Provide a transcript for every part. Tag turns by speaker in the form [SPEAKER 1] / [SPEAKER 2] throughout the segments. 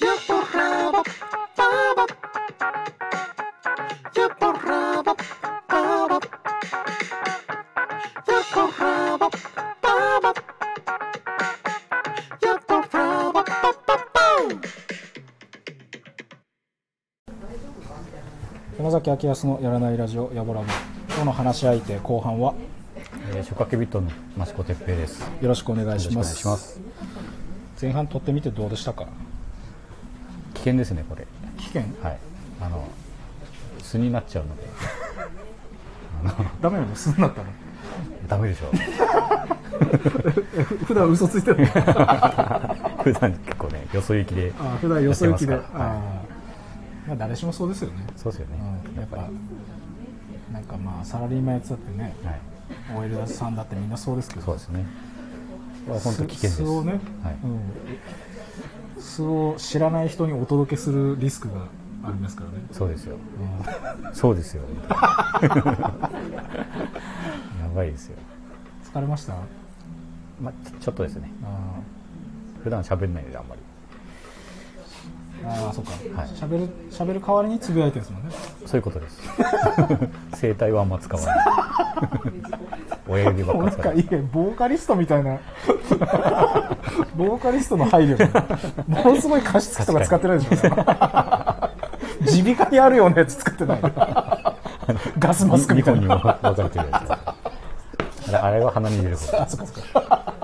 [SPEAKER 1] Я порабок, бабок. Я порабок, бабок. Я порабок, бабок. Я порабок, ба-ба-бам.
[SPEAKER 2] 山崎明康のやらないラジオやぼらぼ今日の話し相手後半は
[SPEAKER 3] えー、初夏ビットの益子哲平です。よ
[SPEAKER 2] よろしくお願い
[SPEAKER 3] ろ
[SPEAKER 2] し
[SPEAKER 3] しくお
[SPEAKER 2] ま
[SPEAKER 3] 願い
[SPEAKER 2] す
[SPEAKER 3] します。
[SPEAKER 2] 前半撮ってみてどうでしたか
[SPEAKER 3] 危険ですね、これ。
[SPEAKER 2] 危険
[SPEAKER 3] はい。あの、素になっちゃうので、
[SPEAKER 2] ダメなのすんなったの
[SPEAKER 3] ダメでしょ
[SPEAKER 2] 普段嘘ついて る
[SPEAKER 3] う。 普段結構ね、よそ行きで。
[SPEAKER 2] あ普段よそ行きで
[SPEAKER 3] や
[SPEAKER 2] あ
[SPEAKER 3] ってますからはい
[SPEAKER 2] ーまあ誰しもそうですよね
[SPEAKER 3] そうですよね。
[SPEAKER 2] うんやっぱなんかまあサラリーマンやつだってね
[SPEAKER 3] はい。
[SPEAKER 2] OL さんだってみんなそうですけど
[SPEAKER 3] そうですね。これは本当危険です。
[SPEAKER 2] 素をね、
[SPEAKER 3] はい。
[SPEAKER 2] うん、素を知らない人にお届けするリスクがありますからね、
[SPEAKER 3] そうです
[SPEAKER 2] う
[SPEAKER 3] よ。
[SPEAKER 2] ん
[SPEAKER 3] そうですよ。 やばいですよ。
[SPEAKER 2] 疲れました
[SPEAKER 3] まあ、ちょちょっとですね。
[SPEAKER 2] あ
[SPEAKER 3] 普段喋んないので、あんまり。
[SPEAKER 2] ーあーそうか、
[SPEAKER 3] はい
[SPEAKER 2] しゃべるしゃべる代わりにつぶやいてるんですもんね
[SPEAKER 3] そういうことです。 声帯はあんま使わない。親指ばっ
[SPEAKER 2] もうな
[SPEAKER 3] か
[SPEAKER 2] んか
[SPEAKER 3] 使っ
[SPEAKER 2] いい
[SPEAKER 3] て。
[SPEAKER 2] ねボーカリストみたいな ボーカリストの配慮がものすごい加湿器とか使ってないでしょ 耳鼻科にあるようなやつ使って ないガスマスクみ
[SPEAKER 3] 日
[SPEAKER 2] た
[SPEAKER 3] 本
[SPEAKER 2] い
[SPEAKER 3] にも
[SPEAKER 2] な
[SPEAKER 3] 分かれてるやつ。あれあれは鼻に入れること。
[SPEAKER 2] あそうかそうか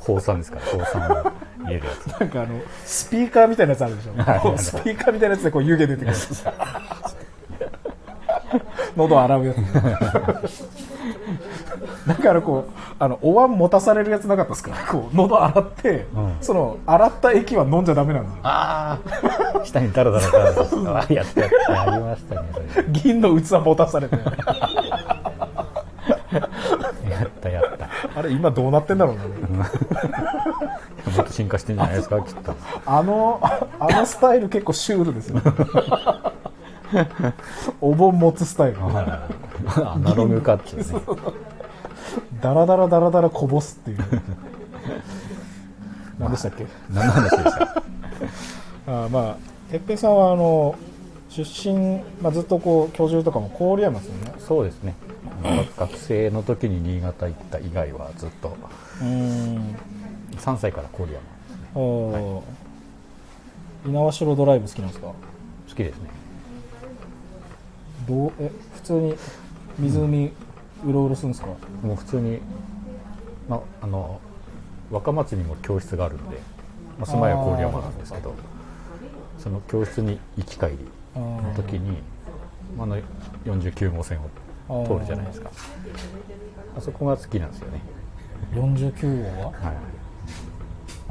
[SPEAKER 3] 放酸ですから、放酸を入れるや
[SPEAKER 2] なんかあのスピーカーみたいなやつあるでし
[SPEAKER 3] はい
[SPEAKER 2] ょスピーカーみたいなやつでこう湯気出てくる 喉洗うやつ だからこうあのお椀持たされるやつなかったですかこう喉洗って、
[SPEAKER 3] うん
[SPEAKER 2] その洗った液は飲んじゃダメなんですよ
[SPEAKER 3] つ。下にダラダラダラダラ。あやってやってありましたね、それ。
[SPEAKER 2] 銀の器持たされて
[SPEAKER 3] やったやった。
[SPEAKER 2] あれ今どうなってんだろうな
[SPEAKER 3] もっと進化してんじゃないですか、きっと。
[SPEAKER 2] あのあのスタイル結構シュールです よねお盆持つスタイル
[SPEAKER 3] アナログかっていうね。
[SPEAKER 2] ダラダラダラダラこぼすっていう 何でしたっけ
[SPEAKER 3] 何の話でした
[SPEAKER 2] あーまあ哲平さんはあの出身、まあ、ずっとこう教授とかも郡山ですよね
[SPEAKER 3] そうですね。学生の時に新潟行った以外はずっと、
[SPEAKER 2] うん
[SPEAKER 3] 3歳から郡山。
[SPEAKER 2] おー、猪苗代ドライブ好きなんですか
[SPEAKER 3] 好きですね。
[SPEAKER 2] どうえ普通に湖うろうろするんですか、
[SPEAKER 3] もう普通に、ま、あの若松にも教室があるので、まあ、住まいは郡山なんですけどその教室に行き帰りの時に、まあ、あの49号線を通るじゃないですかあそこが好きなんですよね、
[SPEAKER 2] 49号は
[SPEAKER 3] はい、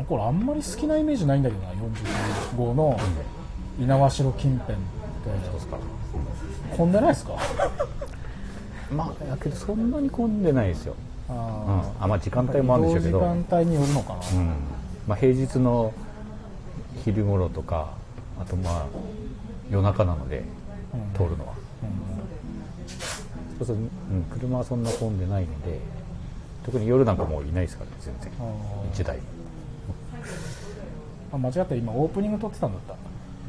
[SPEAKER 2] これあんまり好きなイメージないんだけどな49号の猪苗代近辺
[SPEAKER 3] そう
[SPEAKER 2] っ
[SPEAKER 3] ですか
[SPEAKER 2] て混んでないですか
[SPEAKER 3] まあだけどそんなに混んでないですよ、うん、
[SPEAKER 2] あ
[SPEAKER 3] あまあ時間
[SPEAKER 2] ー
[SPEAKER 3] 帯もあるんでしょうけど
[SPEAKER 2] 移動時間帯によるのかな、
[SPEAKER 3] うんまあ、平日の昼頃とかあとまあ夜中なので通るのは、そうそう、うん、車はそんな混んでないので特に夜なんかもういないですからね全然
[SPEAKER 2] あー
[SPEAKER 3] 一台も
[SPEAKER 2] あ間違った今オープニング撮ってたんだった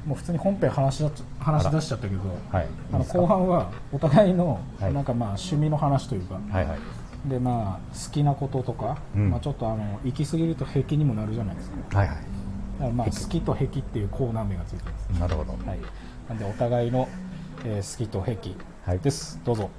[SPEAKER 2] もう普通に本編話しだっち話し出しちゃったけど
[SPEAKER 3] はい
[SPEAKER 2] あ
[SPEAKER 3] いい
[SPEAKER 2] の
[SPEAKER 3] ですか
[SPEAKER 2] 後半はお互いの
[SPEAKER 3] はい
[SPEAKER 2] なんかまあ趣味の話というか、
[SPEAKER 3] はいはい
[SPEAKER 2] でまあ好きなこととか、
[SPEAKER 3] うん
[SPEAKER 2] まあ、ちょっとあの行き過ぎると癖にもなるじゃないですか
[SPEAKER 3] はいはい
[SPEAKER 2] だからまあ好きと癖っていうコーナー名がついてます、
[SPEAKER 3] なるほど、
[SPEAKER 2] はい、なんでお互いの、えー好きと癖
[SPEAKER 3] はい
[SPEAKER 2] ですどうぞ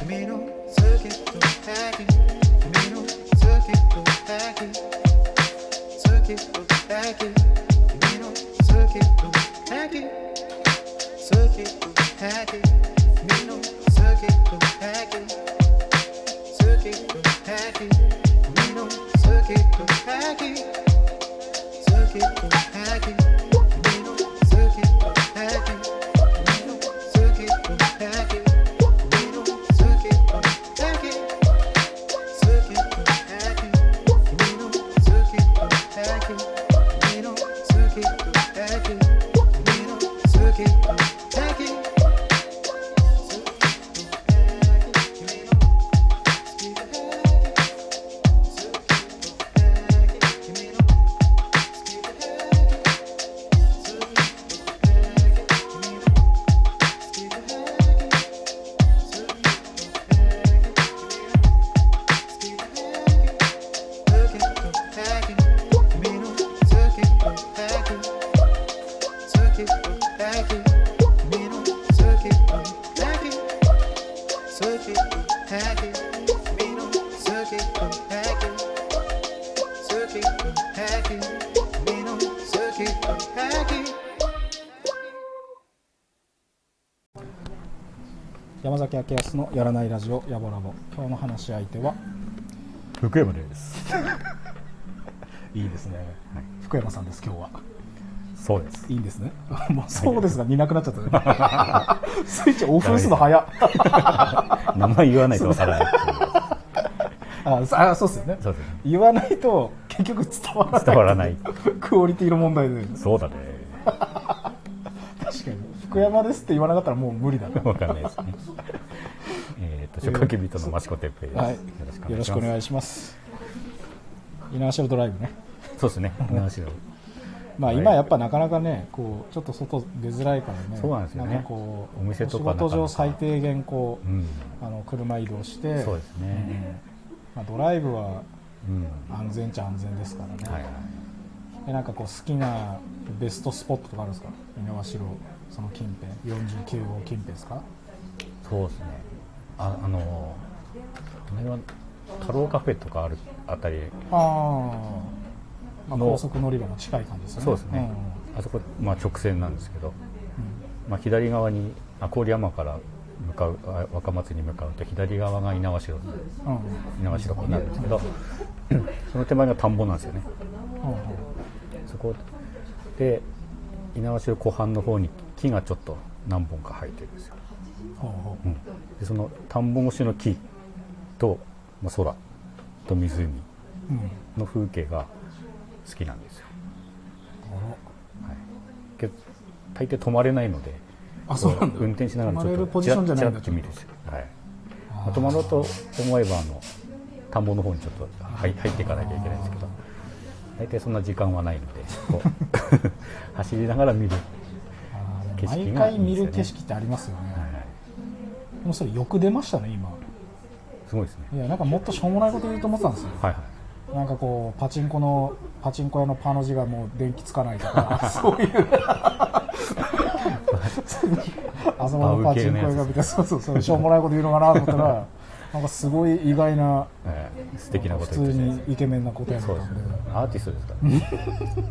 [SPEAKER 4] 君の好きと敵君の好きと敵好きと敵君の好きと敵好きと敵君の好きと敵好きと敵君の好きと敵好きと敵君の好きと敵君の好きと敵 Thank you.
[SPEAKER 2] 山崎明康のやらないラジオやぼらぼ今日の話し相手は
[SPEAKER 3] 福山です。
[SPEAKER 2] いいですね、福山さんです今日は
[SPEAKER 3] そ うです。
[SPEAKER 2] いいんですねもうそうですが見なくなっちゃ ったねスイッチオフにするの早っ
[SPEAKER 3] 名前言わないとわからないっていう。
[SPEAKER 2] あそあそうですよね
[SPEAKER 3] そうですね
[SPEAKER 2] 言わないと結局伝わらない
[SPEAKER 3] 伝わらない
[SPEAKER 2] クオリティの問題で
[SPEAKER 3] そうだね。
[SPEAKER 2] 確かに福山ですって言わなかったらもう無理だな
[SPEAKER 3] わかんないですね。えっと、初夏キビトのマシコテッペイです。
[SPEAKER 2] はい、よ
[SPEAKER 3] よ
[SPEAKER 2] ろ
[SPEAKER 3] ろ
[SPEAKER 2] し
[SPEAKER 3] し
[SPEAKER 2] く
[SPEAKER 3] く
[SPEAKER 2] お
[SPEAKER 3] お願
[SPEAKER 2] 願い
[SPEAKER 3] いし
[SPEAKER 2] します。イナーシャルドライブね。
[SPEAKER 3] ます。そうですね。話を
[SPEAKER 2] まあ
[SPEAKER 3] はい
[SPEAKER 2] 今やっぱなかなかね、こうちょっと外出づらいからね。
[SPEAKER 3] そうなんですよね
[SPEAKER 2] かこう
[SPEAKER 3] お店とか
[SPEAKER 2] お仕事上
[SPEAKER 3] なかなか
[SPEAKER 2] 最低限こう、
[SPEAKER 3] うん
[SPEAKER 2] あの車移動して、
[SPEAKER 3] そうですね。
[SPEAKER 2] まあドライブは
[SPEAKER 3] うん。
[SPEAKER 2] 安全っちゃ安全ですからね。
[SPEAKER 3] はいはい。
[SPEAKER 2] でなんかこう好きなベストスポットとかあるんですか？井の頭その近辺、49号近辺ですか？
[SPEAKER 3] そうですね。あ、あのー、この辺は、太郎カフェとかあるあたり、
[SPEAKER 2] ああ。まあ、
[SPEAKER 3] の
[SPEAKER 2] 高速乗り場も近い感じですよね。
[SPEAKER 3] そうですね。あそこ、まあ直線なんですけど、まあ左側に、あ、郡山から向かう、あ若松に向かうと左側が猪苗代、
[SPEAKER 2] うん。うん。
[SPEAKER 3] 猪苗代湖になるんですけど、その手前が田んぼなんですよね。
[SPEAKER 2] うんうん
[SPEAKER 3] そこで猪苗代湖畔の方に木がちょっと何本か生えてるんですよ、
[SPEAKER 2] ほうほう
[SPEAKER 3] うんでその田んぼ越しの木と、まあ、空と湖
[SPEAKER 2] うん
[SPEAKER 3] の風景が好きなんですよ、はい、けど大抵止まれないので
[SPEAKER 2] あそうなんだ
[SPEAKER 3] 運転しながら
[SPEAKER 2] 止まれるポジ
[SPEAKER 3] ち
[SPEAKER 2] ショ
[SPEAKER 3] ら
[SPEAKER 2] ンじゃないんだ
[SPEAKER 3] ちらっと見るんですよ、はいまあ、止まろうと思えばあの田んぼの方にちょっと入入っていかなきゃいけないんですけど大体そんな時間はないので こう走りながら見る
[SPEAKER 2] あー
[SPEAKER 3] 景色がい
[SPEAKER 2] 毎回
[SPEAKER 3] いんですよね
[SPEAKER 2] 見る景色ってありますよね、
[SPEAKER 3] はい
[SPEAKER 2] でもそれよく出ましたね今
[SPEAKER 3] すごいですね
[SPEAKER 2] いやなんかもっとしょうもないこと言うと思ってたんですよ
[SPEAKER 3] はいは、
[SPEAKER 2] なんかこうパチンコのパチンコ屋のパの字がもう電気つかないとかそういうあそこのパチンコ屋が見てそうそうそうしょうもないこと言うのかなと思ったらなんかすごい意外ない
[SPEAKER 3] えー素敵なこ
[SPEAKER 2] 普
[SPEAKER 3] と
[SPEAKER 2] 通
[SPEAKER 3] 言ってたじゃない
[SPEAKER 2] に
[SPEAKER 3] ですか
[SPEAKER 2] イケメンなことやって
[SPEAKER 3] そうで
[SPEAKER 2] た
[SPEAKER 3] す
[SPEAKER 2] ん
[SPEAKER 3] ね
[SPEAKER 2] で
[SPEAKER 3] アーティストですからね、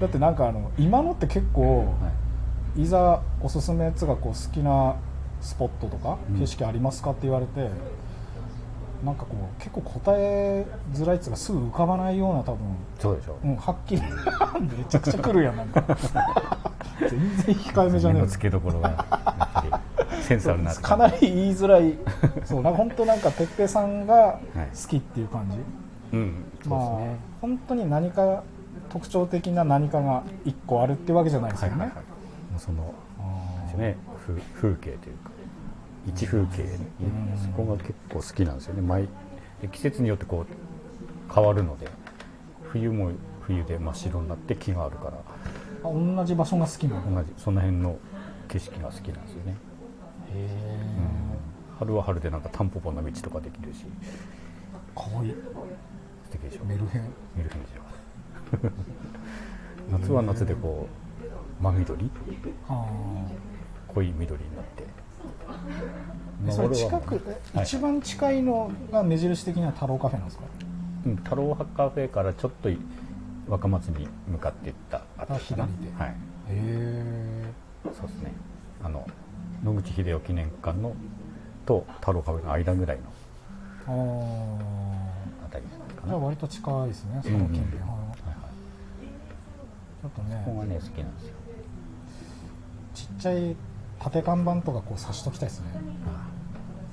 [SPEAKER 2] だってなんかあの今のって結構、
[SPEAKER 3] はい
[SPEAKER 2] いざおすすめやつがこう好きなスポットとか
[SPEAKER 3] うん
[SPEAKER 2] 景色ありますかって言われて、なんかこう結構答えづらいっつうかすぐ浮かばないような多分、
[SPEAKER 3] そうでしょ
[SPEAKER 2] うん、はっきり めちゃくちゃ来るやんなんか全然控えめじゃね
[SPEAKER 3] 目
[SPEAKER 2] え
[SPEAKER 3] の
[SPEAKER 2] よ
[SPEAKER 3] 付けどころがやっぱ りセンスあるなって
[SPEAKER 2] かなり言いづら いそうなんか本当なんか哲平さんが
[SPEAKER 3] はい
[SPEAKER 2] 好きっていう感じ、
[SPEAKER 3] うんそうです
[SPEAKER 2] まあ
[SPEAKER 3] ね、
[SPEAKER 2] 本当に何か特徴的な何かが一個あるってわけじゃないです
[SPEAKER 3] は
[SPEAKER 2] よ
[SPEAKER 3] い
[SPEAKER 2] ね、
[SPEAKER 3] はいはいもうその
[SPEAKER 2] あー
[SPEAKER 3] ね、ふ風景というか一風景、そこが結構好きなんですよね毎で季節によってこう変わるので冬も冬で真っ白になって木があるから
[SPEAKER 2] あ同じ場所が好きなの
[SPEAKER 3] 同じその辺の景色が好きなんですよね春は春でなんかタンポポの道とかできるし
[SPEAKER 2] かわいい
[SPEAKER 3] 素敵でしょ
[SPEAKER 2] メルヘン
[SPEAKER 3] 見る感じは夏は夏でこう真緑
[SPEAKER 2] あ
[SPEAKER 3] 濃い緑になって
[SPEAKER 2] あそれ近く、え
[SPEAKER 3] はい
[SPEAKER 2] 一番近いのが目印的には太郎カフェなんですか
[SPEAKER 3] うん太郎カフェからちょっと若松に向かっていったあたりかな
[SPEAKER 2] あ左で
[SPEAKER 3] はい
[SPEAKER 2] へえ
[SPEAKER 3] そうですねあの野口英世記念館のと太郎カフェの間ぐらいの
[SPEAKER 2] ああ
[SPEAKER 3] あたりか
[SPEAKER 2] じ
[SPEAKER 3] な
[SPEAKER 2] ゃあ
[SPEAKER 3] こ
[SPEAKER 2] 割と近いですねその近辺、はいちょっと
[SPEAKER 3] こ
[SPEAKER 2] ね
[SPEAKER 3] がね好きなんですよ
[SPEAKER 2] ちっちゃい縦看板とかこう刺しときたいですね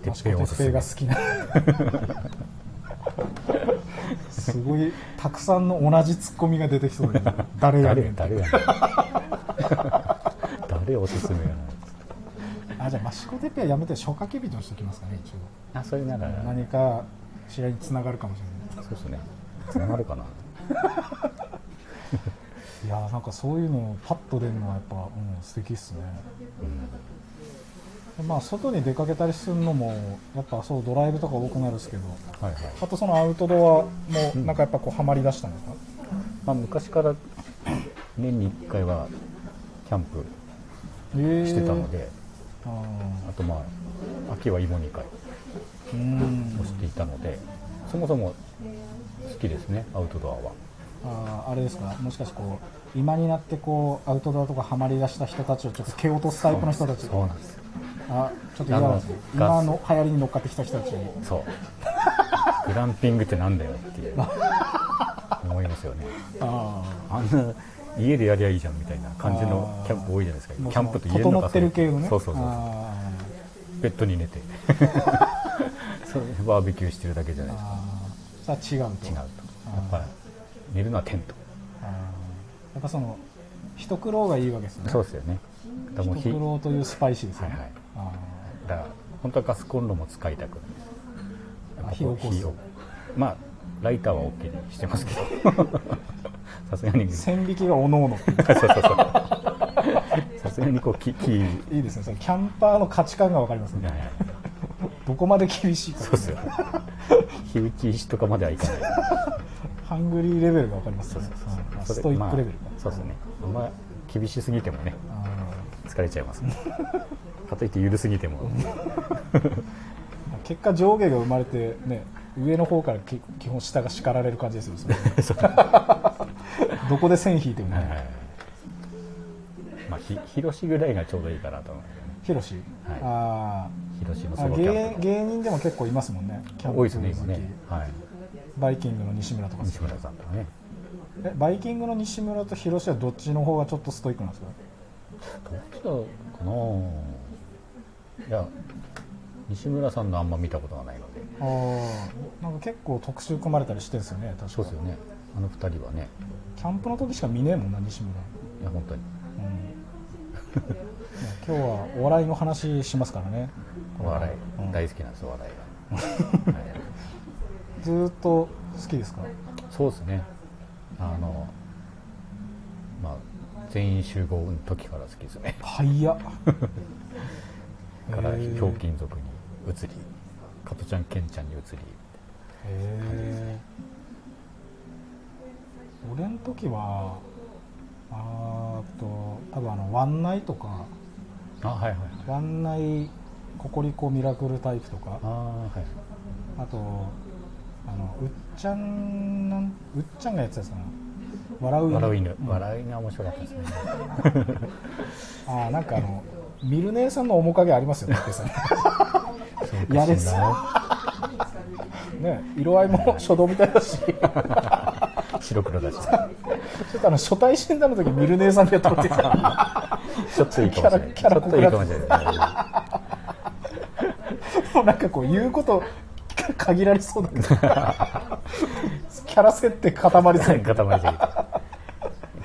[SPEAKER 3] てっ
[SPEAKER 2] 確
[SPEAKER 3] ぺん
[SPEAKER 2] か
[SPEAKER 3] お
[SPEAKER 2] に
[SPEAKER 3] す
[SPEAKER 2] 鉄
[SPEAKER 3] す
[SPEAKER 2] 平
[SPEAKER 3] め
[SPEAKER 2] が好きなすごいたくさんの同じツッコミが出てきそうで誰やね
[SPEAKER 3] 誰
[SPEAKER 2] んって
[SPEAKER 3] 誰やねん誰おすすめやなんです
[SPEAKER 2] あじゃあマシコテペはやめて初夏キビとしておきますかね一応
[SPEAKER 3] あそれなら
[SPEAKER 2] 何か試合につながるかもしれな
[SPEAKER 3] そうですねつながるかない
[SPEAKER 2] いやーなんかそういうのパッと出るのはやっぱ、うん、素敵っすね、まあ外に出かけたりするのもやっぱそうドライブとか多くなるっすけど
[SPEAKER 3] はいはい
[SPEAKER 2] あとそのアウトドアもなんかやっぱこうハマりだしたんですか、
[SPEAKER 3] まあ、昔から年に1回はキャンプ
[SPEAKER 2] え
[SPEAKER 3] してたので、
[SPEAKER 2] あ
[SPEAKER 3] あとまあ秋は芋2回
[SPEAKER 2] ーうん
[SPEAKER 3] をしていたのでそもそも好きですねアウトドアは
[SPEAKER 2] あーあれですかもしかしてこう今になってこうアウトドアとかハマりだした人たちをちょっと蹴落とすタイプの人たち
[SPEAKER 3] そうなんですよ
[SPEAKER 2] ああちょっと嫌だ
[SPEAKER 3] あの
[SPEAKER 2] 今の流行りに乗っかってきた人たちに
[SPEAKER 3] そうグランピングってなんだよっていう思いますよね
[SPEAKER 2] あ
[SPEAKER 3] あんな家でやりゃいいじゃんみたいな感じのキャンプ多いじゃないですか
[SPEAKER 2] ーもう
[SPEAKER 3] キャンプって家
[SPEAKER 2] 整
[SPEAKER 3] の中
[SPEAKER 2] ってる系のね
[SPEAKER 3] そうそうそう
[SPEAKER 2] あ
[SPEAKER 3] ベッドに 寝てそうバーベキューしてるだけじゃない
[SPEAKER 2] ーあーさあ違うと
[SPEAKER 3] 違うとやっぱ寝るのはテント
[SPEAKER 2] あーやっぱその一苦労がいいわけですね
[SPEAKER 3] そうですよねだからもう
[SPEAKER 2] 一
[SPEAKER 3] 火
[SPEAKER 2] 苦労というスパイシーですよね、
[SPEAKER 3] はいはい
[SPEAKER 2] あ
[SPEAKER 3] だから本当はガスコンロも使いたく
[SPEAKER 2] あ
[SPEAKER 3] ないやっぱ
[SPEAKER 2] 火を起こす
[SPEAKER 3] まあライターは OK にしてます けどさすがに
[SPEAKER 2] ー
[SPEAKER 3] そう
[SPEAKER 2] 線引きがおのおの
[SPEAKER 3] そうそうさすがにこう木木はい
[SPEAKER 2] いですねそのキャンパーの価値観が分かりますね
[SPEAKER 3] はい
[SPEAKER 2] どこまで厳しいか
[SPEAKER 3] そうっすよ火打ち石とかまではいかない
[SPEAKER 2] ハングリーレベルが分かりますねあー
[SPEAKER 3] それ
[SPEAKER 2] ストイックレベル、
[SPEAKER 3] まあそうですねあんま厳しすぎてもね
[SPEAKER 2] あー
[SPEAKER 3] 疲れちゃいますねかといって緩すぎても
[SPEAKER 2] 結果上下が生まれてね上の方からき基本下が叱られる感じですよ ねどこで線引いても
[SPEAKER 3] はいは
[SPEAKER 2] ね
[SPEAKER 3] いまあひ広しぐらいがちょうどいいかなと思うんですよね
[SPEAKER 2] ヒロシ
[SPEAKER 3] はい
[SPEAKER 2] あ
[SPEAKER 3] 広しの
[SPEAKER 2] ー
[SPEAKER 3] ソ
[SPEAKER 2] あ
[SPEAKER 3] ロキャン
[SPEAKER 2] 芸
[SPEAKER 3] プ
[SPEAKER 2] 芸人でも結構いますもんねキャンプ
[SPEAKER 3] 多いですね今ねはい
[SPEAKER 2] バイキングの西村とか
[SPEAKER 3] 西村さんとかね
[SPEAKER 2] えバイキングの西村とヒロシはどっちの方がちょっとストイックなんですか
[SPEAKER 3] どっちだかないや西村さんのあんま見たことがないので
[SPEAKER 2] あーなんか結構特集組まれたりしてるんですよね確か
[SPEAKER 3] そうですよねあの二人はね
[SPEAKER 2] キャンプの時しか見ねえもんな西村、
[SPEAKER 3] いや本当に
[SPEAKER 2] うんいや今日はお笑いの話しますからね
[SPEAKER 3] お笑い、
[SPEAKER 2] うん
[SPEAKER 3] 大好きなんですお笑 いが、はい
[SPEAKER 2] ずーっと好きですか
[SPEAKER 3] そうですねあのまあ全員集合の時から好きですね
[SPEAKER 2] 早っ
[SPEAKER 3] から
[SPEAKER 2] へ
[SPEAKER 3] ひ
[SPEAKER 2] ー
[SPEAKER 3] ょうきん族に移り加トちゃんケンちゃんに移り
[SPEAKER 2] へえ俺の時はあーっと多分あの「ワンナイ」とか
[SPEAKER 3] あはいはい
[SPEAKER 2] 「ワンナイココリコミラクルタイプ」とか
[SPEAKER 3] あはい
[SPEAKER 2] あとあのうっちゃんなんうっちゃんがやってたやつかな笑う
[SPEAKER 3] 笑う犬、
[SPEAKER 2] ん
[SPEAKER 3] 笑いが面白かったですね
[SPEAKER 2] あーなんかあのミルネーさんの面影あります よねってさ
[SPEAKER 3] そう
[SPEAKER 2] 嫌
[SPEAKER 3] か
[SPEAKER 2] で
[SPEAKER 3] し
[SPEAKER 2] す
[SPEAKER 3] ら
[SPEAKER 2] ね色合いも初動みたいだしち
[SPEAKER 3] 白黒だし
[SPEAKER 2] ょっとあの初対診断の時ミルネーさんでやったってた
[SPEAKER 3] ちょっといいかもしれ
[SPEAKER 2] キ
[SPEAKER 3] ない
[SPEAKER 2] ャラキャラ
[SPEAKER 3] ちょっといいかもしれない
[SPEAKER 2] もうなんかこう言うこと限られそう だけどキャラ設定固まりそう
[SPEAKER 3] 固まりすぎてこ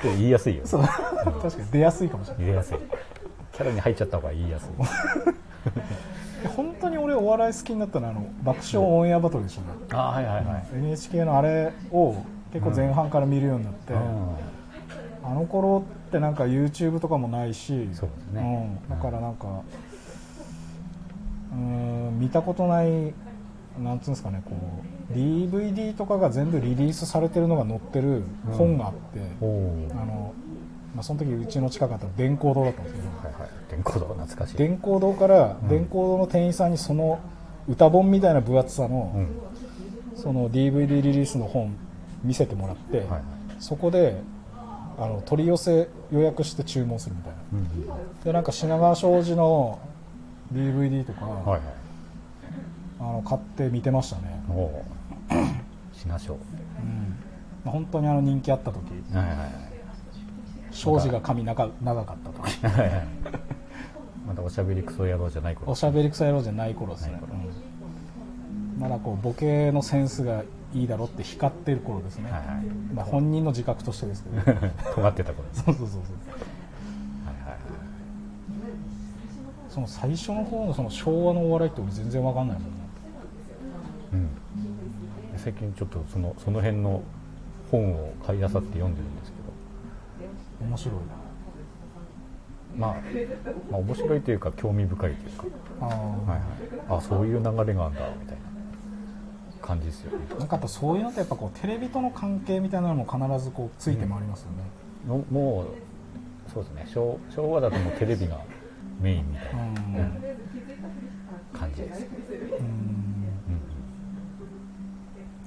[SPEAKER 3] れ言いやすいよ
[SPEAKER 2] そう確かに出やすいかもしれない
[SPEAKER 3] 言いやすいキャラに入っちゃった方が言いやすい
[SPEAKER 2] 本当に俺お笑い好きになったのはあの爆笑オンエアバトルでしたね、
[SPEAKER 3] あはいはいはい、
[SPEAKER 2] NHK のあれを結構前半から見るようになって、
[SPEAKER 3] うん
[SPEAKER 2] あの頃ってなんか YouTube とかもないし
[SPEAKER 3] そうですね
[SPEAKER 2] うん、だからなんかうーん見たことないなんつうんですかねこう DVD とかが全部リリースされてるのが載ってる本があって、
[SPEAKER 3] おお
[SPEAKER 2] あのまあ、その時うちの近かった電光堂だったんですけど
[SPEAKER 3] はいはい電光堂懐かしい
[SPEAKER 2] 電光堂から電光堂の店員さんにその歌本みたいな分厚さ
[SPEAKER 3] う
[SPEAKER 2] の,、
[SPEAKER 3] ん
[SPEAKER 2] その DVD リリースの本見せてもらって、
[SPEAKER 3] はいはい
[SPEAKER 2] そこであの取り寄せ予約して注文するみたいな
[SPEAKER 3] うんうんは
[SPEAKER 2] でなんか品川庄司の DVD とか、
[SPEAKER 3] いはい
[SPEAKER 2] あの買って見てましたね、
[SPEAKER 3] おおしなしょ
[SPEAKER 2] うんまあ、本当にあの人気あった時
[SPEAKER 3] うはいはいはい
[SPEAKER 2] 庄司が髪長長かった時
[SPEAKER 3] はいはいまだおしゃべりクソ野郎じゃない頃
[SPEAKER 2] おしゃべり草野郎じゃない頃ですね、うんまだこうボケのセンスがいいだろって光ってる頃ですね、
[SPEAKER 3] はいはい
[SPEAKER 2] まあ、本人の自覚としてですけ ど
[SPEAKER 3] 尖ってた頃です
[SPEAKER 2] そうそうそうそう
[SPEAKER 3] はいはいはい
[SPEAKER 2] その最初の方のその昭和のお笑いって俺全然わかんないもんね
[SPEAKER 3] うん最近ちょっとそのその辺の本を買い漁って読んでるんですけど
[SPEAKER 2] 面白い
[SPEAKER 3] まあ、まあ面白いというか興味深いというか、
[SPEAKER 2] なあー、
[SPEAKER 3] はいはい、あそういう流れがあるんだみたいな感じですよね
[SPEAKER 2] なんかやっぱそういうのってやっぱこうテレビとの関係みたいなのも必ずこうついて回りますよね、
[SPEAKER 3] のもうそうですね昭昭和だともうテレビがメインみたいな
[SPEAKER 2] うん
[SPEAKER 3] 感じです、
[SPEAKER 2] うん
[SPEAKER 3] うん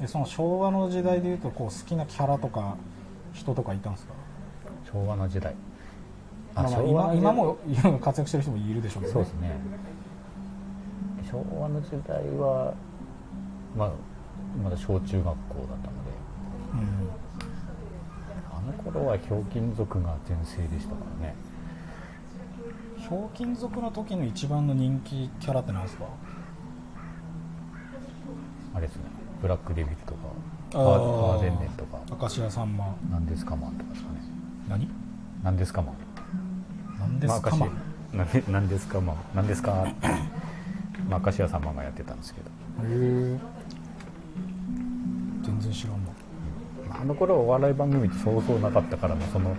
[SPEAKER 2] えその昭和の時代でいうとこう好きなキャラとか人とかいたんですか
[SPEAKER 3] 昭和の時代
[SPEAKER 2] まあまあ
[SPEAKER 3] 昭和
[SPEAKER 2] 今
[SPEAKER 3] の
[SPEAKER 2] 今もい
[SPEAKER 3] 時代
[SPEAKER 2] ろいろ活躍してる人もいるでしょうけど
[SPEAKER 3] そう
[SPEAKER 2] ね
[SPEAKER 3] ですね昭和の時代は、まあ、まだ小中学校だったので
[SPEAKER 2] うん
[SPEAKER 3] あの頃はひょうきん族が全盛でしたからね
[SPEAKER 2] ひょうきん族の時の一番の人気キャラって何ですか
[SPEAKER 3] あれですねブラックデビルとか
[SPEAKER 2] あ
[SPEAKER 3] パ
[SPEAKER 2] ー
[SPEAKER 3] ーパーデンネンとか
[SPEAKER 2] 明石家さんま
[SPEAKER 3] なんですかマンとかですかね
[SPEAKER 2] 何
[SPEAKER 3] なんですかマン
[SPEAKER 2] 何ですかま
[SPEAKER 3] まあ明石なんなんですかマンなんですかまあ明石家様がやってたんですけど
[SPEAKER 2] へえ全然知らんな
[SPEAKER 3] あの頃はお笑い番組ってそうそうなかったからもうその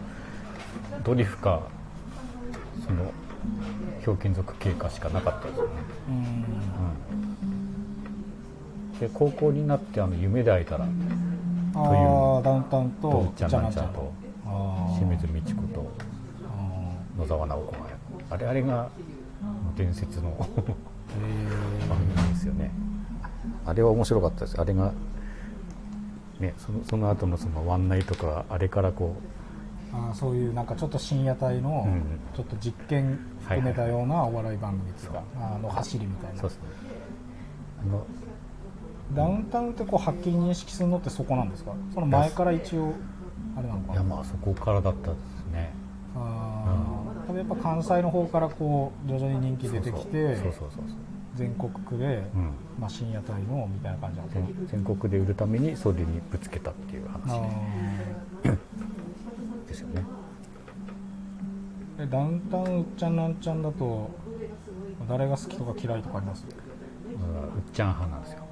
[SPEAKER 3] ドリフかそのひょうきん族系かしかなかったですよね、
[SPEAKER 2] うん
[SPEAKER 3] うん、で高校になってあの夢で会えたら
[SPEAKER 2] ああダウンタウン
[SPEAKER 3] とう
[SPEAKER 2] と
[SPEAKER 3] っちゃんなんちゃんと
[SPEAKER 2] あー
[SPEAKER 3] 清水ミチ子と
[SPEAKER 2] あ
[SPEAKER 3] 野沢直子がやるあれあれが伝説の
[SPEAKER 2] ーへ
[SPEAKER 3] 番組ですよねあれは面白かったですあれがねそのその後のそのワンナイトかあれからこ
[SPEAKER 2] ーあーそういうなんかちょっと深夜帯の
[SPEAKER 3] うん
[SPEAKER 2] ちょっと実験含めたようなお笑い番組ですか、あの走りみたいうな
[SPEAKER 3] そうですねあの
[SPEAKER 2] ダウンタウンってこうはっきり認識するのってそこなんですかその前から一応あれなのかな
[SPEAKER 3] いやまあそこからだったですね
[SPEAKER 2] あーやっぱ関西の方からこう徐々に人気出てきて
[SPEAKER 3] そうそうそうそう
[SPEAKER 2] 全国区で、
[SPEAKER 3] うん
[SPEAKER 2] まあ、深夜帯のみたいな感じなんですね
[SPEAKER 3] 全全国で売るためにそれにぶつけたっていう
[SPEAKER 2] あ
[SPEAKER 3] 話ですよね
[SPEAKER 2] ーえダウンタウンうっちゃんなんちゃんだと誰が好きとか嫌いとかあります
[SPEAKER 3] だからうっちゃん派なんですよ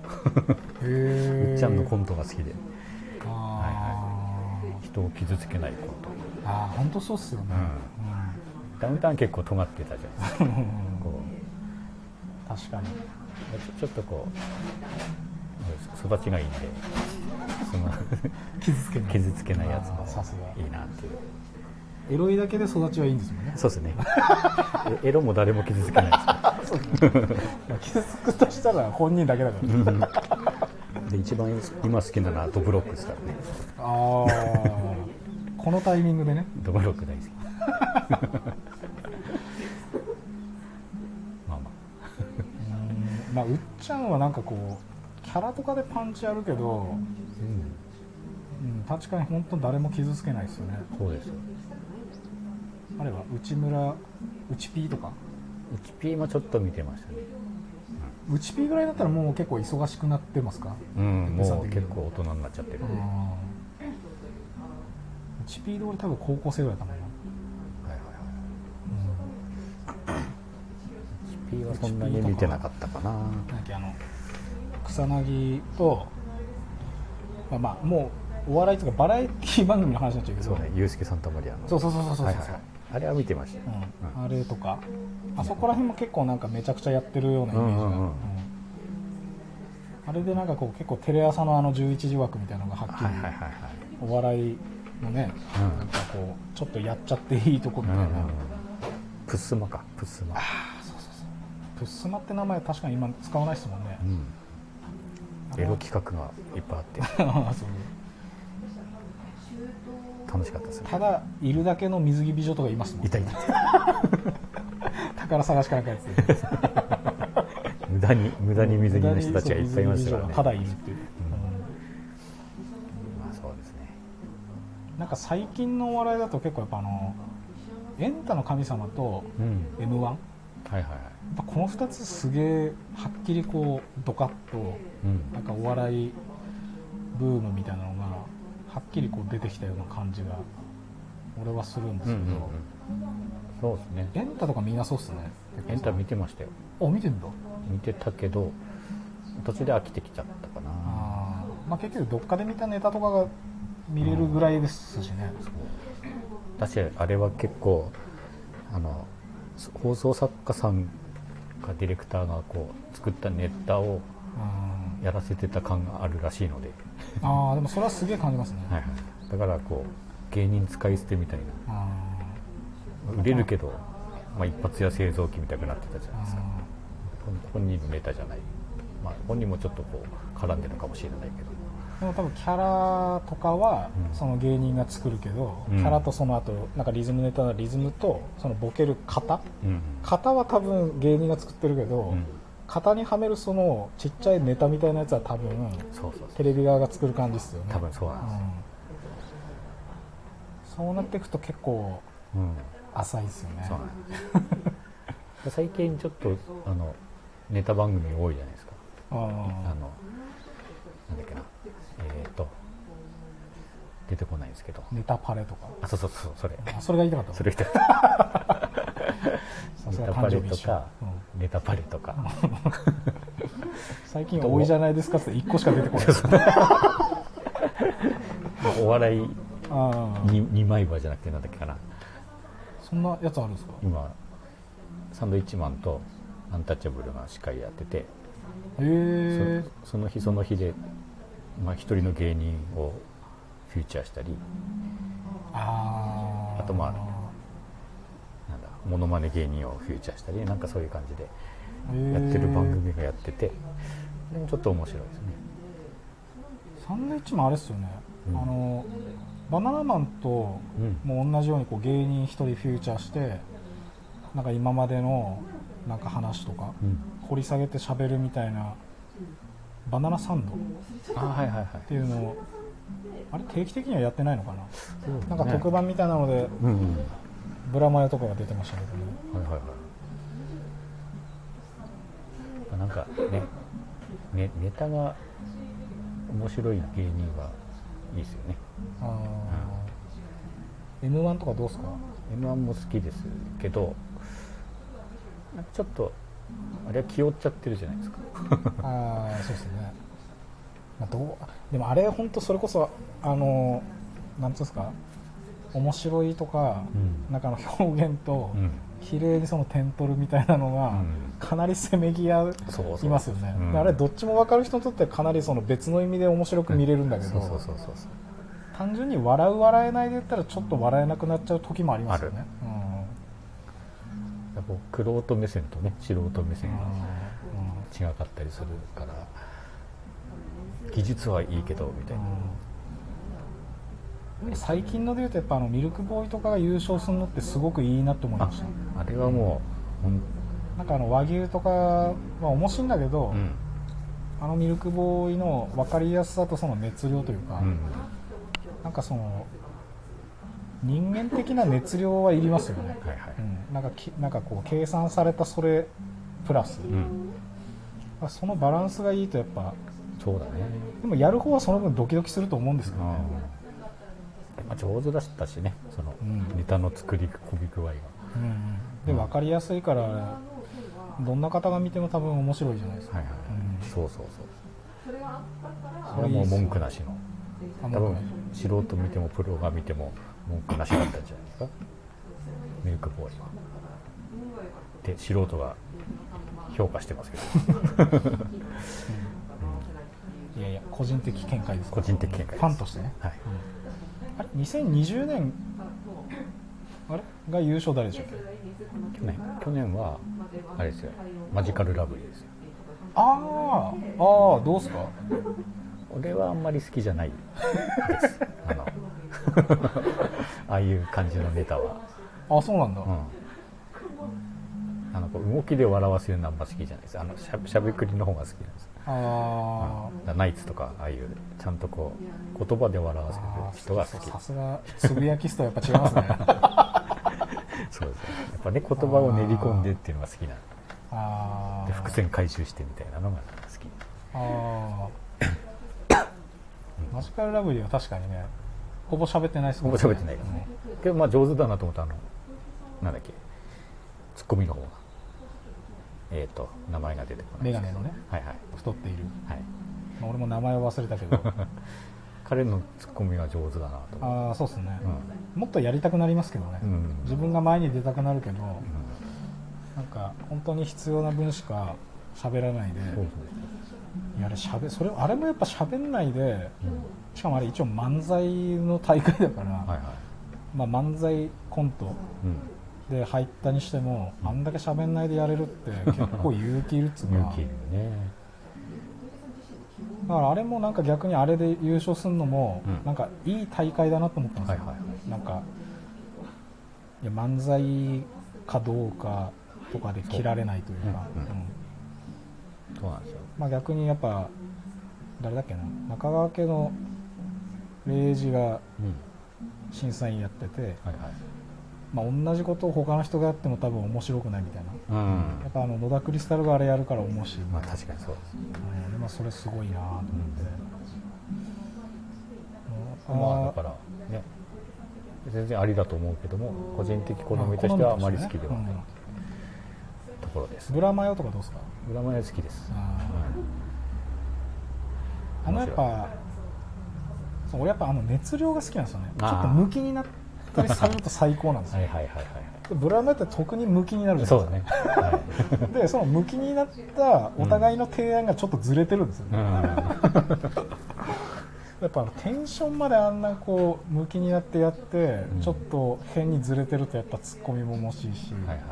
[SPEAKER 2] へえ
[SPEAKER 3] うっちゃんのコントが好きで
[SPEAKER 2] あ、はい
[SPEAKER 3] 人を傷つけないコント
[SPEAKER 2] あー本当そうっすよね、
[SPEAKER 3] ダウンタウン結構尖ってたじゃないですか
[SPEAKER 2] うん
[SPEAKER 3] こ
[SPEAKER 2] 確かに
[SPEAKER 3] うちょちょっとこう育ちがいいんでその
[SPEAKER 2] 傷つけない
[SPEAKER 3] 傷つけないやつ
[SPEAKER 2] あーさすが
[SPEAKER 3] もいいなっていう
[SPEAKER 2] エロいだけで育ちはいいんですもんね
[SPEAKER 3] そうですねえエロも誰も傷つけないですね
[SPEAKER 2] まあ傷つくとしたら本人だけだから、
[SPEAKER 3] で一番今好きなのはドブロックですからね
[SPEAKER 2] ああこのタイミングでね
[SPEAKER 3] ドブロック大好き まあま
[SPEAKER 2] まあうっちゃんはなんかこうキャラとかでパンチあるけど、
[SPEAKER 3] あ、
[SPEAKER 2] うん、確かに本当誰も傷つけないですよね
[SPEAKER 3] そうですよ
[SPEAKER 2] あれは内村内 P とか
[SPEAKER 3] うちピーもちょっと見てましたね
[SPEAKER 2] 内 P ぐらいだったらもう結構忙しくなってますか
[SPEAKER 3] うん
[SPEAKER 2] 皆さん
[SPEAKER 3] もう
[SPEAKER 2] 的
[SPEAKER 3] 結
[SPEAKER 2] に
[SPEAKER 3] 構大人になっちゃってる、
[SPEAKER 2] うん
[SPEAKER 3] はい
[SPEAKER 2] 内 P で俺多分高校生ぐらいだったもんな
[SPEAKER 3] はいはいピーはそんなに見てなかったかな
[SPEAKER 2] なんだっけあの草薙と、まあ、まあもうお笑いとかバラエティ番組の話になっちゃうけど
[SPEAKER 3] そうねユースケ・サンタマリアの
[SPEAKER 2] そうそうそうそうそうそう、
[SPEAKER 3] はいはいはいあれは見てましたよ、
[SPEAKER 2] うんあれとかあそこら辺も結構なんかめちゃくちゃやってるようなイメージが、
[SPEAKER 3] うんうんうん
[SPEAKER 2] うんあれでなんかこう結構テレ朝のあの11時枠みたいなのがはっき
[SPEAKER 3] はいはいはい
[SPEAKER 2] り
[SPEAKER 3] はい
[SPEAKER 2] お笑いのね、
[SPEAKER 3] うん
[SPEAKER 2] なんかこうちょっとやっちゃっていいとこみ
[SPEAKER 3] う
[SPEAKER 2] た
[SPEAKER 3] ん
[SPEAKER 2] いな、
[SPEAKER 3] うんうんプスマかプスマ、
[SPEAKER 2] プッスマって名前確かに今使わないですも んね
[SPEAKER 3] う、ん、エロ企画がいっぱいあって
[SPEAKER 2] そう
[SPEAKER 3] 楽しかったですね
[SPEAKER 2] ただいるだけの水着美女とかいますもんね
[SPEAKER 3] 痛い痛い
[SPEAKER 2] 宝探しかなんかやつで
[SPEAKER 3] 無駄に無駄に水着の人たちがいっぱいいましたからね
[SPEAKER 2] ただいるっていう、
[SPEAKER 3] まあそうですね
[SPEAKER 2] なんか最近のお笑いだと結構やっぱあのエンタの神様と
[SPEAKER 3] うん
[SPEAKER 2] m 1やっ
[SPEAKER 3] はいはいはい
[SPEAKER 2] ぱこの2つすげえはっきりこうドカッと
[SPEAKER 3] うん
[SPEAKER 2] なんかお笑いブームみたいなのがはっきりこう出てきたような感じが俺はするんです
[SPEAKER 3] うんう
[SPEAKER 2] け
[SPEAKER 3] ん
[SPEAKER 2] ど、
[SPEAKER 3] うんそうですね
[SPEAKER 2] エンタとかみんなそうっすね
[SPEAKER 3] エンタ見てましたよ
[SPEAKER 2] あ見てんだ
[SPEAKER 3] 見てたけど途中で飽きてきちゃったかな
[SPEAKER 2] あー、まあ、結局どっかで見たネタとかが見れるぐらいですしね、
[SPEAKER 3] だしあれは結構あの放送作家さんかディレクターがこう作ったネタを
[SPEAKER 2] うん
[SPEAKER 3] やらせてた感があるらしいので、
[SPEAKER 2] ああでもそれはすげえ感じますね、
[SPEAKER 3] はいはい、だからこう芸人使い捨てみたいな
[SPEAKER 2] あ
[SPEAKER 3] 売れるけど、まあ、一発屋製造機みたいになってたじゃないですか
[SPEAKER 2] あ
[SPEAKER 3] 本本人のネタじゃない、まあ、本人もちょっとこう絡んでるのかもしれないけど
[SPEAKER 2] でも多分キャラとかは
[SPEAKER 3] うん
[SPEAKER 2] その芸人が作るけど、
[SPEAKER 3] うん
[SPEAKER 2] キャラとその後なんかリズムネタのリズムとそのボケる型
[SPEAKER 3] うん
[SPEAKER 2] 型は多分芸人が作ってるけど、
[SPEAKER 3] うん
[SPEAKER 2] 型にはめるそのちっちゃいネタみたいなやつは多分
[SPEAKER 3] そうそうそう
[SPEAKER 2] テレビ側が作る感じですよね
[SPEAKER 3] 多分そうなんです、
[SPEAKER 2] うんそうなっていくと結構
[SPEAKER 3] うん、
[SPEAKER 2] 浅いですよね
[SPEAKER 3] そうなんです 最近ちょっとあのネタ番組多いじゃないですか
[SPEAKER 2] うん
[SPEAKER 3] あのなんだっけなえっ、と出てこないんですけど
[SPEAKER 2] ネタパレとか
[SPEAKER 3] あそうそうそうそれ
[SPEAKER 2] あそれが言いたかった
[SPEAKER 3] それ一つ
[SPEAKER 2] さす
[SPEAKER 3] ネ
[SPEAKER 2] が
[SPEAKER 3] タパ
[SPEAKER 2] 誕
[SPEAKER 3] レ
[SPEAKER 2] 生日
[SPEAKER 3] と
[SPEAKER 2] 一緒
[SPEAKER 3] か、
[SPEAKER 2] うん
[SPEAKER 3] ネタパレとか
[SPEAKER 2] 最近多いじゃないですかって1個しか出て こないです
[SPEAKER 3] まあお笑い
[SPEAKER 2] あー
[SPEAKER 3] に二枚刃じゃなくてなんだっけかな
[SPEAKER 2] そんなやつあるんですか
[SPEAKER 3] 今サンドイッチマンとアンタッチャブルが司会やってて
[SPEAKER 2] へえ
[SPEAKER 3] そその日その日で、まあ、一人の芸人をフューチャーしたり
[SPEAKER 2] あー
[SPEAKER 3] あとまなんだモノマネ芸人をフューチャーしたりなんかそういう感じでやってる番組がやっててでもちょっと面白いですね
[SPEAKER 2] サンドイッチマンあれですよね、
[SPEAKER 3] うん
[SPEAKER 2] あのバナナマンと
[SPEAKER 3] うん
[SPEAKER 2] もう同じようにこう芸人1人フューチャーしてなんか今までのなんか話とか
[SPEAKER 3] うん
[SPEAKER 2] 掘り下げて喋るみたいなバナナサンドっ
[SPEAKER 3] あはいはいはい
[SPEAKER 2] ていうのをあれ定期的にはやってないのかな、
[SPEAKER 3] そうです
[SPEAKER 2] な
[SPEAKER 3] ね
[SPEAKER 2] んか特番みたいなので
[SPEAKER 3] うんうんはい
[SPEAKER 2] ブラマヨとかが出てましたけどね
[SPEAKER 3] はいはいまあなんかねねネタが面白い芸人はいいですよね
[SPEAKER 2] あー M1 とかどうですか
[SPEAKER 3] m 1も好きですけどなんかちょっとあれは気負っちゃってるじゃないですか
[SPEAKER 2] ああそうですね、まあ、どうでもあれ本当それこそあのなんていうんですか面白いとか、
[SPEAKER 3] うん
[SPEAKER 2] なんかあの表現と、
[SPEAKER 3] うん
[SPEAKER 2] 綺麗にその点取るみたいなのが、
[SPEAKER 3] うん
[SPEAKER 2] かなりせめぎ合う
[SPEAKER 3] そうそう
[SPEAKER 2] いますよね、
[SPEAKER 3] うん
[SPEAKER 2] であれどっちも分かる人にとってはかなりその別の意味で面白く見れるんだけど、
[SPEAKER 3] そうそうそうそうそう
[SPEAKER 2] 単純に笑う笑えないで言ったらちょっと笑えなくなっちゃう時もありますよね
[SPEAKER 3] ある
[SPEAKER 2] うん
[SPEAKER 3] やっぱくろうと目線とね素人目線が
[SPEAKER 2] うん
[SPEAKER 3] 違かったりするから技術はいいけどみたいな、
[SPEAKER 2] うん最近のでいうとやっぱあのミルクボーイとかが優勝するのってすごくいいなと思い
[SPEAKER 3] あ
[SPEAKER 2] ました
[SPEAKER 3] あれはもうほん
[SPEAKER 2] なんかあの和牛とかは面白いんだけど、
[SPEAKER 3] うん
[SPEAKER 2] あのミルクボーイの分かりやすさとその熱量というか、
[SPEAKER 3] うん
[SPEAKER 2] なんかその人間的な熱量はいりますよね、
[SPEAKER 3] はいはい
[SPEAKER 2] うん、なんかきなんかこう計算されたそれプラス、
[SPEAKER 3] うん
[SPEAKER 2] そのバランスがいいとやっぱ
[SPEAKER 3] そうだね
[SPEAKER 2] でもやる方はその分ドキドキすると思うんですけ
[SPEAKER 3] うん
[SPEAKER 2] どね、
[SPEAKER 3] まあ、上手だったしねその
[SPEAKER 2] うん
[SPEAKER 3] ネタの作り込み具合が
[SPEAKER 2] で分かりやすいからどんな方が見ても多分面白いじゃないですか、
[SPEAKER 3] はいはい、
[SPEAKER 2] うん
[SPEAKER 3] そうそうそうそれはもう文句なしの
[SPEAKER 2] 多
[SPEAKER 3] 多
[SPEAKER 2] 分
[SPEAKER 3] 分素人見てもプロが見ても文句なしだったんじゃないですかミルクボーイはで素人が評価してますけど
[SPEAKER 2] いやいや個人的見解です
[SPEAKER 3] 個人的見解です
[SPEAKER 2] ファンとしてね
[SPEAKER 3] はい
[SPEAKER 2] あれ2020年あれが優勝誰でしたっけ
[SPEAKER 3] 去年去年はあれですよマジカルラブリーですよ
[SPEAKER 2] ああああどうすか
[SPEAKER 3] 俺はあんまり好きじゃないですあの ああいう感じのネタは、
[SPEAKER 2] あそうなんだ、
[SPEAKER 3] うん、あのこう動きで笑わせるのはあんま好きじゃないですあのしゃしゃべくりの方が好きなんです
[SPEAKER 2] あ
[SPEAKER 3] だナイツとかああいうちゃんとこう言葉で笑わせる
[SPEAKER 2] あ
[SPEAKER 3] 人が好き
[SPEAKER 2] さすがつぶやきストはやっぱ違いますね
[SPEAKER 3] そうですねやっぱね言葉を練り込んでっていうのが好きなの
[SPEAKER 2] あ
[SPEAKER 3] で伏線回収してみたいなのが好き
[SPEAKER 2] ああマジカルラブリーは確かにねほぼ喋ってないですもん
[SPEAKER 3] ほぼ
[SPEAKER 2] ね
[SPEAKER 3] 喋ってないからねけどまあ上手だなと思ったあのなんだっけツッコミの方がえっ、と名前が出てこな
[SPEAKER 2] メ
[SPEAKER 3] い
[SPEAKER 2] ガネのね
[SPEAKER 3] はいはい
[SPEAKER 2] 太っている、
[SPEAKER 3] はい
[SPEAKER 2] まあ、俺も名前を忘れたけど
[SPEAKER 3] 彼のツッコミは上手だなと思
[SPEAKER 2] ああそうですね
[SPEAKER 3] う、、
[SPEAKER 2] もっとやりたくなりますけどね、
[SPEAKER 3] うんうん
[SPEAKER 2] 自分が前に出たくなるけど、なんか本当に必要な分しか喋らないで
[SPEAKER 3] そう
[SPEAKER 2] いやあれしゃべそれあれもやっぱ喋んないでしかもあれ一応漫才の大会だから、
[SPEAKER 3] はいはい
[SPEAKER 2] まあ、漫才コント
[SPEAKER 3] うん
[SPEAKER 2] で入ったにしてもあんだけ喋んないでやれるって結構勇気いるっつうか
[SPEAKER 3] 勇気いるよね
[SPEAKER 2] だからあれもなんか逆にあれで優勝するのも、
[SPEAKER 3] うん
[SPEAKER 2] なんかいい大会だなと思ったんですよ、
[SPEAKER 3] はいはいは
[SPEAKER 2] なんかいや漫才かどうかとかで切られないというか
[SPEAKER 3] うんうん
[SPEAKER 2] うん
[SPEAKER 3] そうなんですよ
[SPEAKER 2] まあ、逆にやっぱ誰だっけな中川家の礼二が
[SPEAKER 3] うん
[SPEAKER 2] 審査員やってて、
[SPEAKER 3] はいはい
[SPEAKER 2] まあ、同じことを他の人がやっても多分面白くないみたいな
[SPEAKER 3] うん
[SPEAKER 2] やっぱあの野田クリスタルがあれやるから面白い、
[SPEAKER 3] まあ確かにそうです
[SPEAKER 2] うんでまあ、それすごいなと思って、うん
[SPEAKER 3] まあ
[SPEAKER 2] あ
[SPEAKER 3] だからね全然ありだと思うけども個人的好みとしてはあまり好きではないところです
[SPEAKER 2] ブラマヨとかどうですか
[SPEAKER 3] 裏前好きです
[SPEAKER 2] あーあのやっ
[SPEAKER 3] 面
[SPEAKER 2] ぱそう俺やっぱあの熱量が好きなんですよねちょ
[SPEAKER 3] あー
[SPEAKER 2] っとムキになったりされると最高なんです
[SPEAKER 3] は
[SPEAKER 2] よ
[SPEAKER 3] いはいはいはいは
[SPEAKER 2] ブラマヨって特にムキになる
[SPEAKER 3] い
[SPEAKER 2] じゃな
[SPEAKER 3] そう
[SPEAKER 2] い
[SPEAKER 3] だ
[SPEAKER 2] で
[SPEAKER 3] ね、は
[SPEAKER 2] すかでそのムキになったお互いの提案がちょっとずれてるんですよね、
[SPEAKER 3] い、
[SPEAKER 2] やっぱあのテンションまであんなこうムキになってやって、
[SPEAKER 3] ん
[SPEAKER 2] ちょっと変にずれてるとやっぱツッコミももしいし、
[SPEAKER 3] うん、はいはい、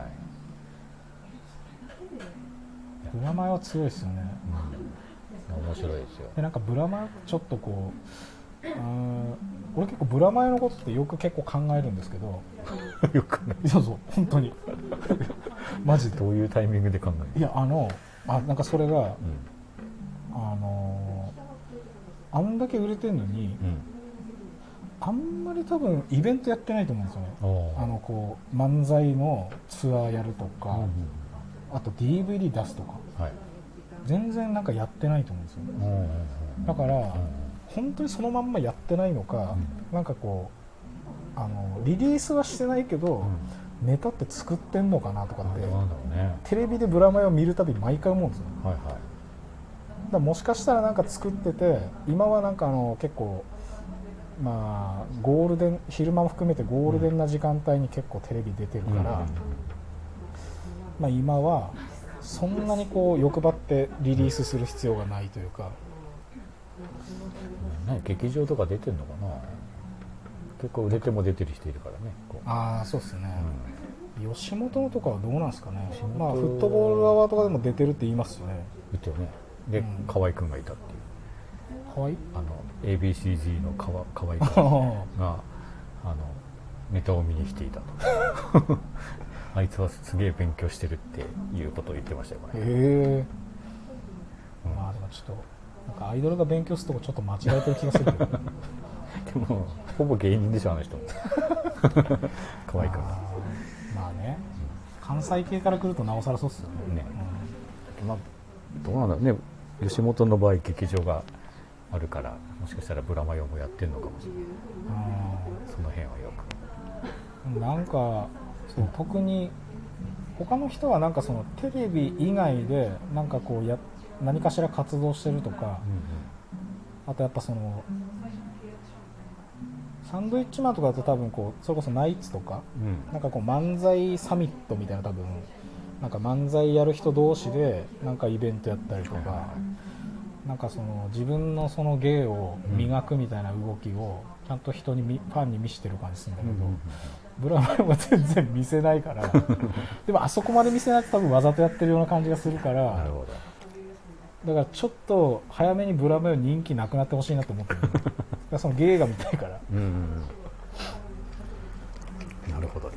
[SPEAKER 2] ブラマヨは強いですよね
[SPEAKER 3] うん、面白いですよ
[SPEAKER 2] でなんかブラマヨちょっとこううーん俺結構ブラマヨのことってよく結構考えるんですけど
[SPEAKER 3] よくね
[SPEAKER 2] いやそう本当に マジで
[SPEAKER 3] どういうタイミングで考え
[SPEAKER 2] いやあのあなんかそれが
[SPEAKER 3] る
[SPEAKER 2] あのーあんだけ売れてるのに
[SPEAKER 3] うんうん
[SPEAKER 2] あんまり多分イベントやってないと思うんですよね
[SPEAKER 3] おー
[SPEAKER 2] あのこう漫才のツアーやるとか、
[SPEAKER 3] うんうん
[SPEAKER 2] あと DVD 出すとか
[SPEAKER 3] はい
[SPEAKER 2] 全然なんかやってないと思うんですよね
[SPEAKER 3] うんうんうん
[SPEAKER 2] だから、本当にそのまんまやってないのか、なんかこうあのリリースはしてないけど、ネタって作ってんのかなとか
[SPEAKER 3] あ
[SPEAKER 2] って、
[SPEAKER 3] どうなんだろうね
[SPEAKER 2] テレビでブラマヨを見るたび毎回思うんですよ
[SPEAKER 3] はいはい
[SPEAKER 2] だからもしかしたらなんか作ってて今はなんかあの結構まあゴールデン昼間も含めてゴールデンな時間帯に結構テレビ出てるから、まあ、今はそんなにこう欲張ってリリースする必要がないというか、
[SPEAKER 3] ね、劇場とか出てんのかな結構売れても出てる人いるからねこう
[SPEAKER 2] ああそうですね、吉本のとかはどうなんですかね
[SPEAKER 3] 本、
[SPEAKER 2] まあ、フットボール側とかでも出てるって言いますよね
[SPEAKER 3] 言ってよねで、
[SPEAKER 2] うん
[SPEAKER 3] 河合くんがいたっていう
[SPEAKER 2] 可 愛い
[SPEAKER 3] あの ABCG の河河合く ん
[SPEAKER 2] あ
[SPEAKER 3] があのネタを見に来ていたと あいつはすげえ勉強してるっていうことを言ってましたよ
[SPEAKER 2] あへ
[SPEAKER 3] ね
[SPEAKER 2] えまあでもちょっとなんかアイドルが勉強するとこちょっと間違えてる気がするけ ど
[SPEAKER 3] でもほぼ芸人でしょあ の人も河合く
[SPEAKER 2] あ
[SPEAKER 3] んが
[SPEAKER 2] ーまあね関西系から来るとなおさらそうっすよね
[SPEAKER 3] ね、まあ、どうなんだろうね吉本の場合劇場があるからもしかしたらブラマヨもやってるのかもしれないその辺はよく
[SPEAKER 2] うんなんかそう特に他の人はなんかそのテレビ以外でなんかこうや何かしら活動してるとか、あとやっぱそのサンドイッチマンとかだと多分こうそれこそナイツとか
[SPEAKER 3] うんうん
[SPEAKER 2] なんかこう漫才サミットみたいな多分なんか漫才やる人同士でなんかイベントやったりと
[SPEAKER 3] はいはい
[SPEAKER 2] か
[SPEAKER 3] は
[SPEAKER 2] なんかその自分のその芸を磨くみたいな動きをちゃんと人にみファンに見せてる感じするんだけど、ブラマヨは全然見せないからでもあそこまで見せないと多分わざとやってるような感じがするから
[SPEAKER 3] なるほど
[SPEAKER 2] だからちょっと早めにブラマヨ人気なくなってほしいなと思ってるだからその芸が見たいから
[SPEAKER 3] うんうんうんなるほどね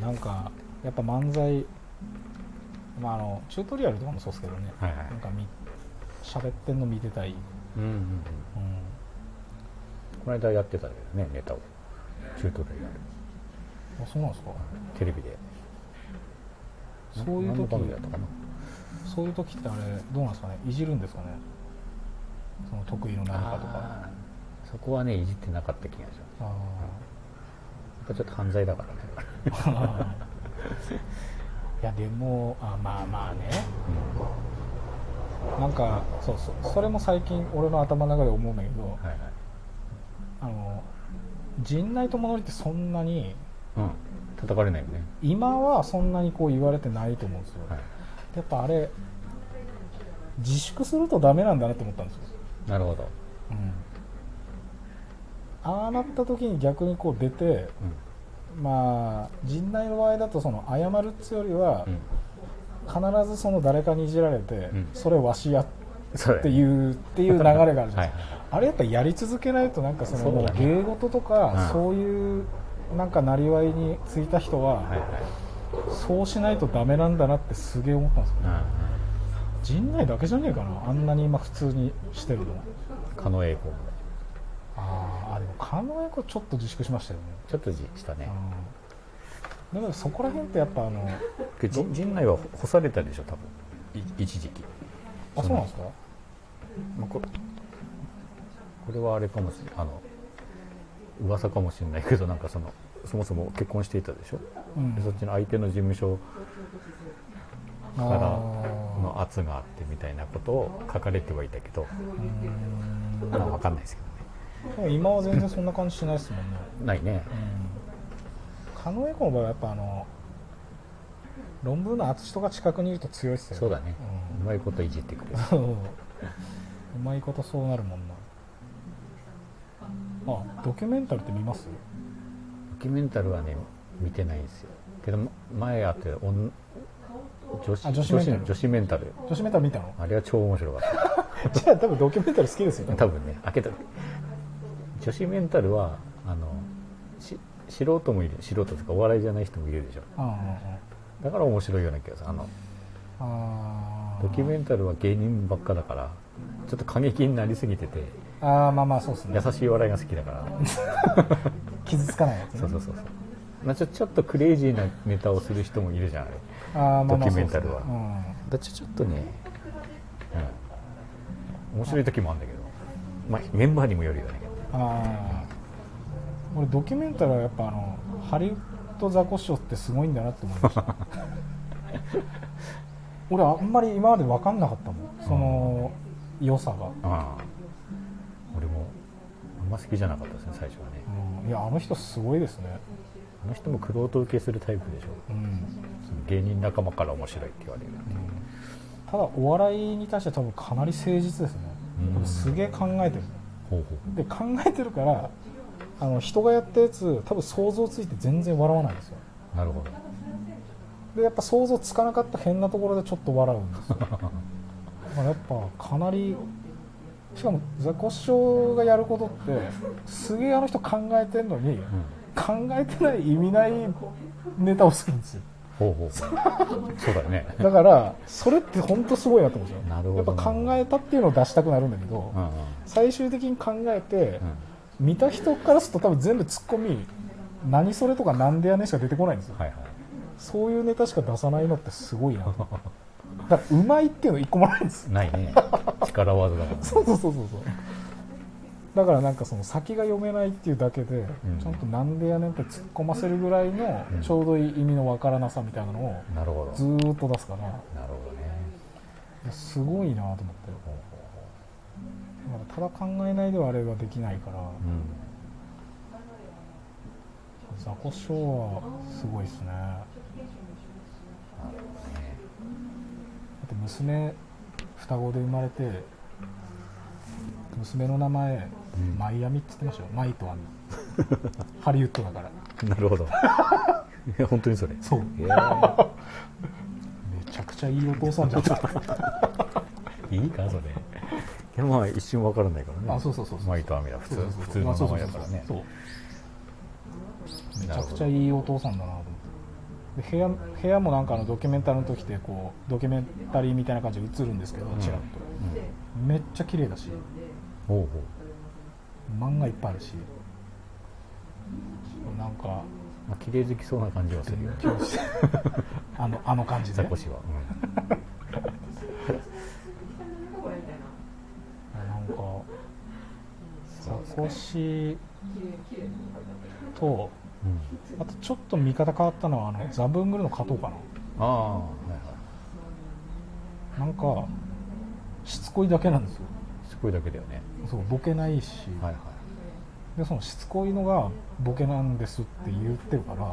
[SPEAKER 2] なんかやっぱ漫才、まあ、あのチュートリアルとかもそうですけどね、
[SPEAKER 3] はいはい
[SPEAKER 2] なんかみ喋ってんの見てたい、
[SPEAKER 3] うんうんうん
[SPEAKER 2] うん、
[SPEAKER 3] この間やってたけどねネタをチュートリアル
[SPEAKER 2] あそうなんですか
[SPEAKER 3] テレビで
[SPEAKER 2] そういう
[SPEAKER 3] 何の
[SPEAKER 2] 時
[SPEAKER 3] 番組だったかな
[SPEAKER 2] そういう時ってあれどうなんですかねいじるんですかねその得意の何かとか
[SPEAKER 3] あーそこはねいじってなかった気がします
[SPEAKER 2] あ
[SPEAKER 3] やっぱちょっと犯罪だからね
[SPEAKER 2] あ いやでもあまあまあねなんかそうそうそれも最近俺の頭の中で思うんだけど、
[SPEAKER 3] はいはい
[SPEAKER 2] あの陣内智則ってそんなに
[SPEAKER 3] うん叩かれないよね
[SPEAKER 2] 今はそんなにこう言われてないと思うんですよ、
[SPEAKER 3] は
[SPEAKER 2] やっぱあれ自粛するとダメなんだなと思ったんですよ、
[SPEAKER 3] いなるほど
[SPEAKER 2] ああなった時に逆にこう出て
[SPEAKER 3] うん
[SPEAKER 2] まあ陣内の場合だとその謝るっつよりは
[SPEAKER 3] うん
[SPEAKER 2] 必ずその誰かにいじられて、
[SPEAKER 3] ん
[SPEAKER 2] それわしやっ
[SPEAKER 3] そうだ
[SPEAKER 2] て
[SPEAKER 3] よね
[SPEAKER 2] いうっていう流れがあるじゃないですか、
[SPEAKER 3] はいはいはい
[SPEAKER 2] あれやっぱやり続けないとなんかその
[SPEAKER 3] そうだね
[SPEAKER 2] 芸事とか
[SPEAKER 3] うん
[SPEAKER 2] そういうなんかなりわいについた人は、
[SPEAKER 3] はいはい
[SPEAKER 2] そうしないとダメなんだなってすげえ思ったんですよ、
[SPEAKER 3] う
[SPEAKER 2] 陣内だけじゃねえかなあんなに今普通にしてるの
[SPEAKER 3] 狩野英孝も
[SPEAKER 2] あーあでも狩野英孝ちょっと自粛しましたよね
[SPEAKER 3] ちょっとじしたね
[SPEAKER 2] うんだからそこら辺ってやっぱあの
[SPEAKER 3] けど陣陣内は干されたでしょ多分い一時期、
[SPEAKER 2] あそうなんですか
[SPEAKER 3] まあ、ここれはあれかもしれないあの噂かもしれないけどなんかそのそもそも結婚していたでしょ
[SPEAKER 2] うん
[SPEAKER 3] でそっちの相手の事務所
[SPEAKER 2] あ
[SPEAKER 3] から
[SPEAKER 2] ー
[SPEAKER 3] の圧があってみたいなことを書かれてはいたけど、まあ、分かんないですけどね
[SPEAKER 2] でも今は全然そんな感じしないですもんね
[SPEAKER 3] ないね
[SPEAKER 2] うん狩野英孝の場合はやっぱあの論文の厚とが近くにいると強いっすよ
[SPEAKER 3] そうだね
[SPEAKER 2] うん
[SPEAKER 3] うまいこといじってくれる
[SPEAKER 2] そううまいことそうなるもんなあドキュメンタルって見ます
[SPEAKER 3] ドキュメンタルはね見てないんですよけど前あって女女子
[SPEAKER 2] あ女子メンタル
[SPEAKER 3] 女子メンタル
[SPEAKER 2] 女子メンタル見たの
[SPEAKER 3] あれは超面白かっ
[SPEAKER 2] じゃあ多分ドキュメンタル好きですよ
[SPEAKER 3] た
[SPEAKER 2] ね
[SPEAKER 3] 多分ね開けた女子メンタルはあのし素人もいる素人とかお笑いじゃない人もいるでしょ
[SPEAKER 2] うんうんうん
[SPEAKER 3] だから面白いような気がするあの
[SPEAKER 2] あー
[SPEAKER 3] ドキュメンタルは芸人ばっかだからちょっと過激になりすぎてて
[SPEAKER 2] あーまあまあそうですね
[SPEAKER 3] 優しい笑いが好きだから
[SPEAKER 2] 傷つかないやつね
[SPEAKER 3] そうそうそうそうまあ、ちょちょっとクレイジーなネタをする人もいるじゃんあれ
[SPEAKER 2] あーまあまあそう
[SPEAKER 3] ドキュメンタルは
[SPEAKER 2] ですねうん
[SPEAKER 3] だちょちょっとね、うん、面白い時もあるんだけど、まあ、メンバーにもよるよね
[SPEAKER 2] あー俺ドキュメンタルはやっぱあのハリウッドザコシショウってすごいんだなって思いま した俺あんまり今まで分かんなかったもんその良さが、
[SPEAKER 3] ああ俺もあんま好きじゃなかったですね最初はね
[SPEAKER 2] うん、いやあの人すごいですね、
[SPEAKER 3] あの人も玄人受けするタイプでしょ
[SPEAKER 2] うん、
[SPEAKER 3] その芸人仲間から面白いって言われるっていう
[SPEAKER 2] ただお笑いに対しては多分かなり誠実ですね
[SPEAKER 3] うん
[SPEAKER 2] すげえ考えてる
[SPEAKER 3] ほうほ
[SPEAKER 2] で考えてるからあの人がやったやつ多分想像ついて全然笑わないんですよ
[SPEAKER 3] うなるほど
[SPEAKER 2] でやっぱ想像つかなかった変なところでちょっと笑うんです よだからやっぱかなりしかもザコシショウがやることってすげえあの人考えてんのに、考えてない意味ないネタをするんですよ
[SPEAKER 3] ほうほうほうそうだよね
[SPEAKER 2] だからそれって本当すごいなと思うんですよ
[SPEAKER 3] なるほど
[SPEAKER 2] やっぱ考えたっていうのを出したくなるんだけど、
[SPEAKER 3] うんうん
[SPEAKER 2] 最終的に考えて
[SPEAKER 3] う、ん
[SPEAKER 2] 見た人からすると多分全部ツッコミ何それとかなんでやねんしか出てこないんですよ
[SPEAKER 3] はいはい
[SPEAKER 2] そういうネタしか出さないのってすごいなだからうまいっていうの一個もないんですよ
[SPEAKER 3] ないね力技だから
[SPEAKER 2] そうそうそうそうそうだからなんかその先が読めないっていうだけで、
[SPEAKER 3] うん
[SPEAKER 2] ちゃんとなんでやねんって突っ込ませるぐらいの
[SPEAKER 3] うん
[SPEAKER 2] ちょうどいい意味のわからなさみたいなのを
[SPEAKER 3] なるほど
[SPEAKER 2] ずーっと出すから
[SPEAKER 3] なるほどね
[SPEAKER 2] いやすごいなと思って
[SPEAKER 3] ほうほうほ
[SPEAKER 2] だからただ考えないではあれはできないから、
[SPEAKER 3] ううん
[SPEAKER 2] ザコシショウはすごいですねだって娘双子で生まれて娘の名前、
[SPEAKER 3] うん
[SPEAKER 2] マイアミって言ってましたよマイとアミハリウッドだから
[SPEAKER 3] なるほどいや 本当にそれ
[SPEAKER 2] そう
[SPEAKER 3] いや
[SPEAKER 2] めちゃくちゃいいお父さん じゃん
[SPEAKER 3] いいかそれいやまあ一瞬わからないからね
[SPEAKER 2] あそうそうそうそう
[SPEAKER 3] マイとアミだ普通普通の名前だからね
[SPEAKER 2] そうめち
[SPEAKER 3] な
[SPEAKER 2] ゃ
[SPEAKER 3] るほ
[SPEAKER 2] く
[SPEAKER 3] ど
[SPEAKER 2] ちゃいいお父さんだなと思ってで部屋部屋もなんかあのドキュメンタルの時ってこうドキュメンタリーみたいな感じで映るんですけど、ちらっとめっちゃ綺麗だし
[SPEAKER 3] ほうほう
[SPEAKER 2] 漫画いっぱいあるしなんか
[SPEAKER 3] まあ綺麗好きそうな感じはするよ
[SPEAKER 2] あのあの感じで
[SPEAKER 3] ザコシは、
[SPEAKER 2] なんかザコシと
[SPEAKER 3] うんうん
[SPEAKER 2] あとちょっと見方変わったのはあのザブングルの加藤か
[SPEAKER 3] ああはい
[SPEAKER 2] な
[SPEAKER 3] は
[SPEAKER 2] なんかしつこいだけなんですよ
[SPEAKER 3] いすごいだけだよね
[SPEAKER 2] そうボケないし、
[SPEAKER 3] はいは
[SPEAKER 2] でそのしつこいのがボケなんですって言ってるから、
[SPEAKER 3] い、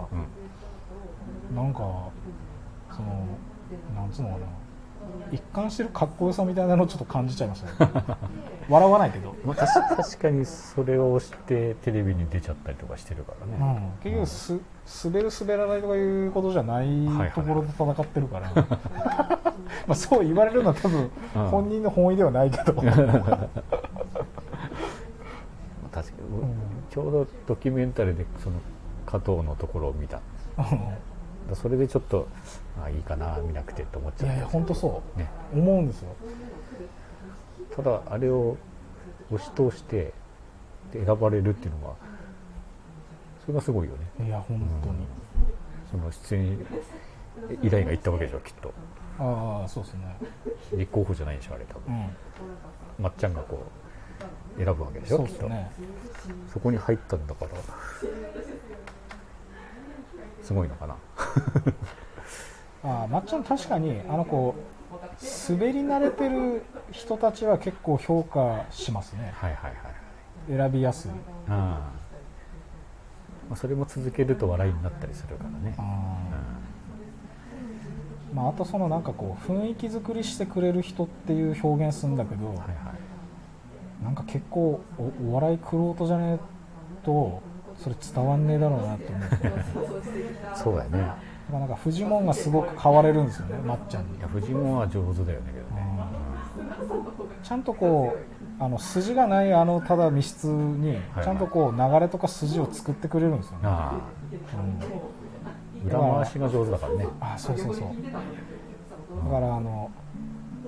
[SPEAKER 3] うん、
[SPEAKER 2] なんかそのなんつうのかな一貫してるかっこよさみたいなのをちょっと感じちゃいました ね笑わないけど、
[SPEAKER 3] まあ、確確かにそれをしてテレビに出ちゃったりとかしてるからね、
[SPEAKER 2] うん、結局す滑る滑らないとかいうことじゃない
[SPEAKER 3] はい
[SPEAKER 2] ところで戦ってるから、 まあそう言われるのは多分
[SPEAKER 3] うん
[SPEAKER 2] 本人の本意ではないけ ど、
[SPEAKER 3] 確かに、
[SPEAKER 2] ん
[SPEAKER 3] ちょうどドキュメンタリーでその加藤のところを見ただそれでちょっとあいいかな見なくてって思っち
[SPEAKER 2] い
[SPEAKER 3] ゃ
[SPEAKER 2] やいや
[SPEAKER 3] う
[SPEAKER 2] 本当そう、
[SPEAKER 3] ね
[SPEAKER 2] 思うんですよ
[SPEAKER 3] ただあれを押し通してで選ばれるっていうのはそれがすごいよね
[SPEAKER 2] いや本当に、
[SPEAKER 3] その出演依頼がいったわけでしょきっと
[SPEAKER 2] ああそうですね
[SPEAKER 3] 立候補じゃないでしょあれ多
[SPEAKER 2] う
[SPEAKER 3] 分、
[SPEAKER 2] ん
[SPEAKER 3] まっちゃんがこう選ぶわけでしょ
[SPEAKER 2] そう
[SPEAKER 3] き
[SPEAKER 2] で
[SPEAKER 3] っ
[SPEAKER 2] す
[SPEAKER 3] と
[SPEAKER 2] ね
[SPEAKER 3] そこに入ったんだからすごいのかな
[SPEAKER 2] ああまっちゃん確かにあの子滑り慣れてる人たちは結構評価しますね
[SPEAKER 3] はいはいはい
[SPEAKER 2] 選びやすい
[SPEAKER 3] あ、まあ、それも続けると笑いになったりするからね
[SPEAKER 2] あ,、まあ、あとそのなんかこう雰囲気作りしてくれる人っていう表現するんだけど、
[SPEAKER 3] はいはい
[SPEAKER 2] なんか結構おお笑いくろうとじゃねえとそれ伝わんねえだろうなと思 ってだか
[SPEAKER 3] そうだよね
[SPEAKER 2] らなんかフジモンがすごく買われるんですよねまっちゃんに
[SPEAKER 3] いやフジモンは上手だよねけどね
[SPEAKER 2] ちゃんとこうあの筋がないあのただ密室に
[SPEAKER 3] はい
[SPEAKER 2] ちゃんとこう流れとか筋を作ってくれるんですよね、
[SPEAKER 3] ああ裏回しが上手だからね
[SPEAKER 2] あそうそうそうだからあの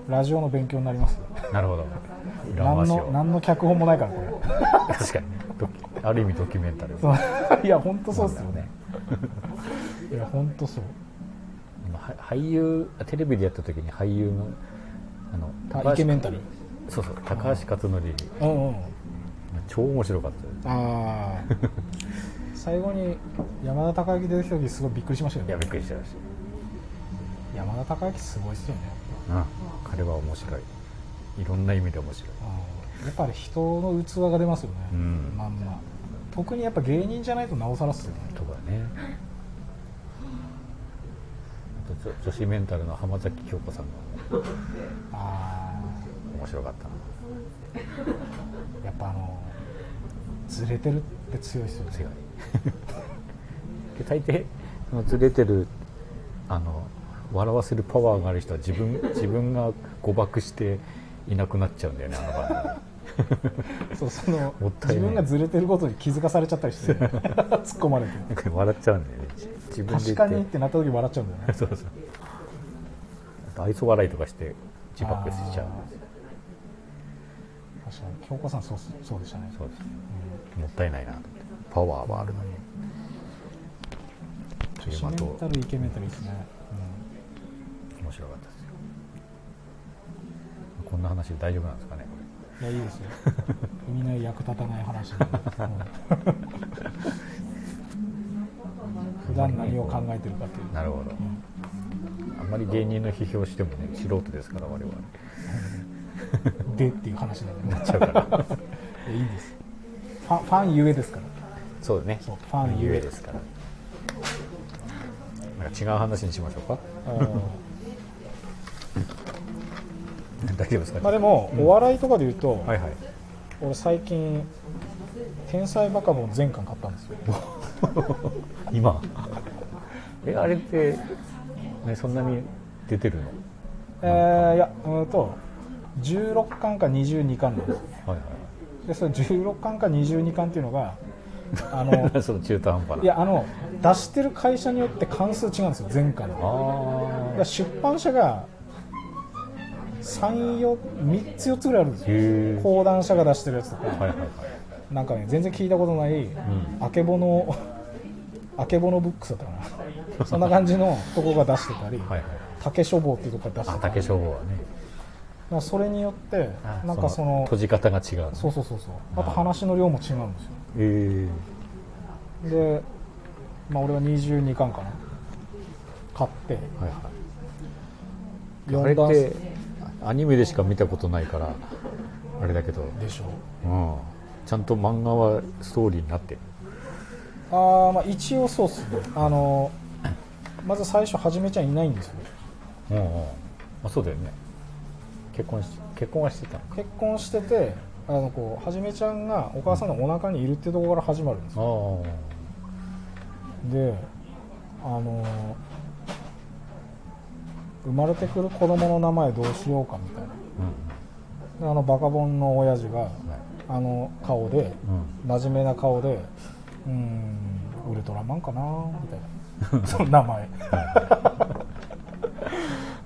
[SPEAKER 2] ラジオの勉強になります
[SPEAKER 3] なるほど裏
[SPEAKER 2] 何
[SPEAKER 3] 回し
[SPEAKER 2] の
[SPEAKER 3] を
[SPEAKER 2] 何の脚本もないからこれ
[SPEAKER 3] 確かにドキある意味ドキュメンタリ ー
[SPEAKER 2] そういや本当そうですよねいや本当そう
[SPEAKER 3] 今は俳優テレビでやった時に俳優のあの
[SPEAKER 2] あイケメンタリー
[SPEAKER 3] そうそう高橋克典
[SPEAKER 2] うんうん
[SPEAKER 3] 超面白かったよ
[SPEAKER 2] ああ 最後に山田孝之出てきた時すごいびっくりしましたよ
[SPEAKER 3] いや
[SPEAKER 2] ね
[SPEAKER 3] びっくりしたらしい、
[SPEAKER 2] 山田孝之すごいっすよね
[SPEAKER 3] うん、彼は面白いいろんな意味で面白い
[SPEAKER 2] うんやっぱり人の器が出ますよね、
[SPEAKER 3] うん
[SPEAKER 2] まんま特にやっぱ芸人じゃないとなおさらっすよね
[SPEAKER 3] とかねあと女女子メンタルの浜崎京子さんが
[SPEAKER 2] あ
[SPEAKER 3] 面白かったな
[SPEAKER 2] あやっぱあのずれてるって強いっすよね
[SPEAKER 3] 強いで大抵そのずれてるあの笑わせるパワーがある人は自分自分が誤爆していなくなっちゃうんだよねあの番
[SPEAKER 2] そうその
[SPEAKER 3] もったい
[SPEAKER 2] 自
[SPEAKER 3] ない
[SPEAKER 2] 分がずれてることに気づかされちゃったり して突っ込まれて
[SPEAKER 3] 組なんか笑っちゃうんだよね自分で
[SPEAKER 2] 確
[SPEAKER 3] 言
[SPEAKER 2] か
[SPEAKER 3] って
[SPEAKER 2] にってなった時笑っちゃうんだよね
[SPEAKER 3] そうそうあと愛想笑いとかして自爆しちゃう
[SPEAKER 2] 確かに京子さんそうっすそうでしたね
[SPEAKER 3] そうです、もったいないなと思ってパワーはあるのにという
[SPEAKER 2] 女子
[SPEAKER 3] まと
[SPEAKER 2] メンタルイケメンタルいいっすね、うん
[SPEAKER 3] 面白かったですよこんな話で大丈夫なんですかねこれ
[SPEAKER 2] いやいいですよみんな役立たない 話なんでうん普段何を考えてるかという
[SPEAKER 3] なるほど。あんまり芸人の批評してもね、素人ですから、我 々。
[SPEAKER 2] でっていう話なんで
[SPEAKER 3] なっちゃうから。
[SPEAKER 2] いやいいですファンファンゆえですから
[SPEAKER 3] そうだね。
[SPEAKER 2] そうファンゆえ
[SPEAKER 3] ゆえですから。なんか違う話にしましょうか。 大丈夫ですか、ね
[SPEAKER 2] まあでも、お笑いとかで言うと、
[SPEAKER 3] はいはい。
[SPEAKER 2] 俺最近「天才バカボン」全巻買ったんですよ
[SPEAKER 3] 今。え、あれって、ね、そんなに出てるの
[SPEAKER 2] えーいやうんと16巻か22巻なんですよ
[SPEAKER 3] はい
[SPEAKER 2] でその16巻か22巻っていうのがあの
[SPEAKER 3] はい。 その中途半端
[SPEAKER 2] い
[SPEAKER 3] な。
[SPEAKER 2] やあの出してる会社によって関数違うんですよ前回
[SPEAKER 3] あ
[SPEAKER 2] のだ
[SPEAKER 3] ー
[SPEAKER 2] から出版社が343つ4つぐらいあるんです
[SPEAKER 3] へー
[SPEAKER 2] よ講談社が出してるやつとか、
[SPEAKER 3] はいはいはい。
[SPEAKER 2] なんかね全然聞いたことない、あけぼの あけぼのブックスだったかな そんな感じのとこが出してたり、
[SPEAKER 3] はいはい。
[SPEAKER 2] 竹書房っていうとこが出して
[SPEAKER 3] あ、
[SPEAKER 2] たり
[SPEAKER 3] 竹消防はね。
[SPEAKER 2] まあそれによって
[SPEAKER 3] あ
[SPEAKER 2] なんかその
[SPEAKER 3] 閉じ方が違うの。
[SPEAKER 2] そうそうそうそうあと話の量も違うんですよ
[SPEAKER 3] えー
[SPEAKER 2] で、まあ、俺は22巻かな買って
[SPEAKER 3] はいはい。あれ
[SPEAKER 2] 4
[SPEAKER 3] っ
[SPEAKER 2] 段
[SPEAKER 3] てアニメでしか見たことないからあれだけど、
[SPEAKER 2] でしょ
[SPEAKER 3] うん、ちゃんと漫画はストーリーになってる
[SPEAKER 2] ああまあ一応そうっすねあのまず最初はじめちゃんいないんですよ
[SPEAKER 3] うんうんあそうだよね結婚し結婚はしてたのか
[SPEAKER 2] 結婚しててあのこうはじめちゃんがお母さんのお腹にいるっていうところから始まるんですよ
[SPEAKER 3] あ
[SPEAKER 2] であの生まれてくる子供の名前どうしようかみたいなであのバカボンの親父があの顔で
[SPEAKER 3] うんうん
[SPEAKER 2] 真面目な顔でうーんウルトラマンかなみたいな その名前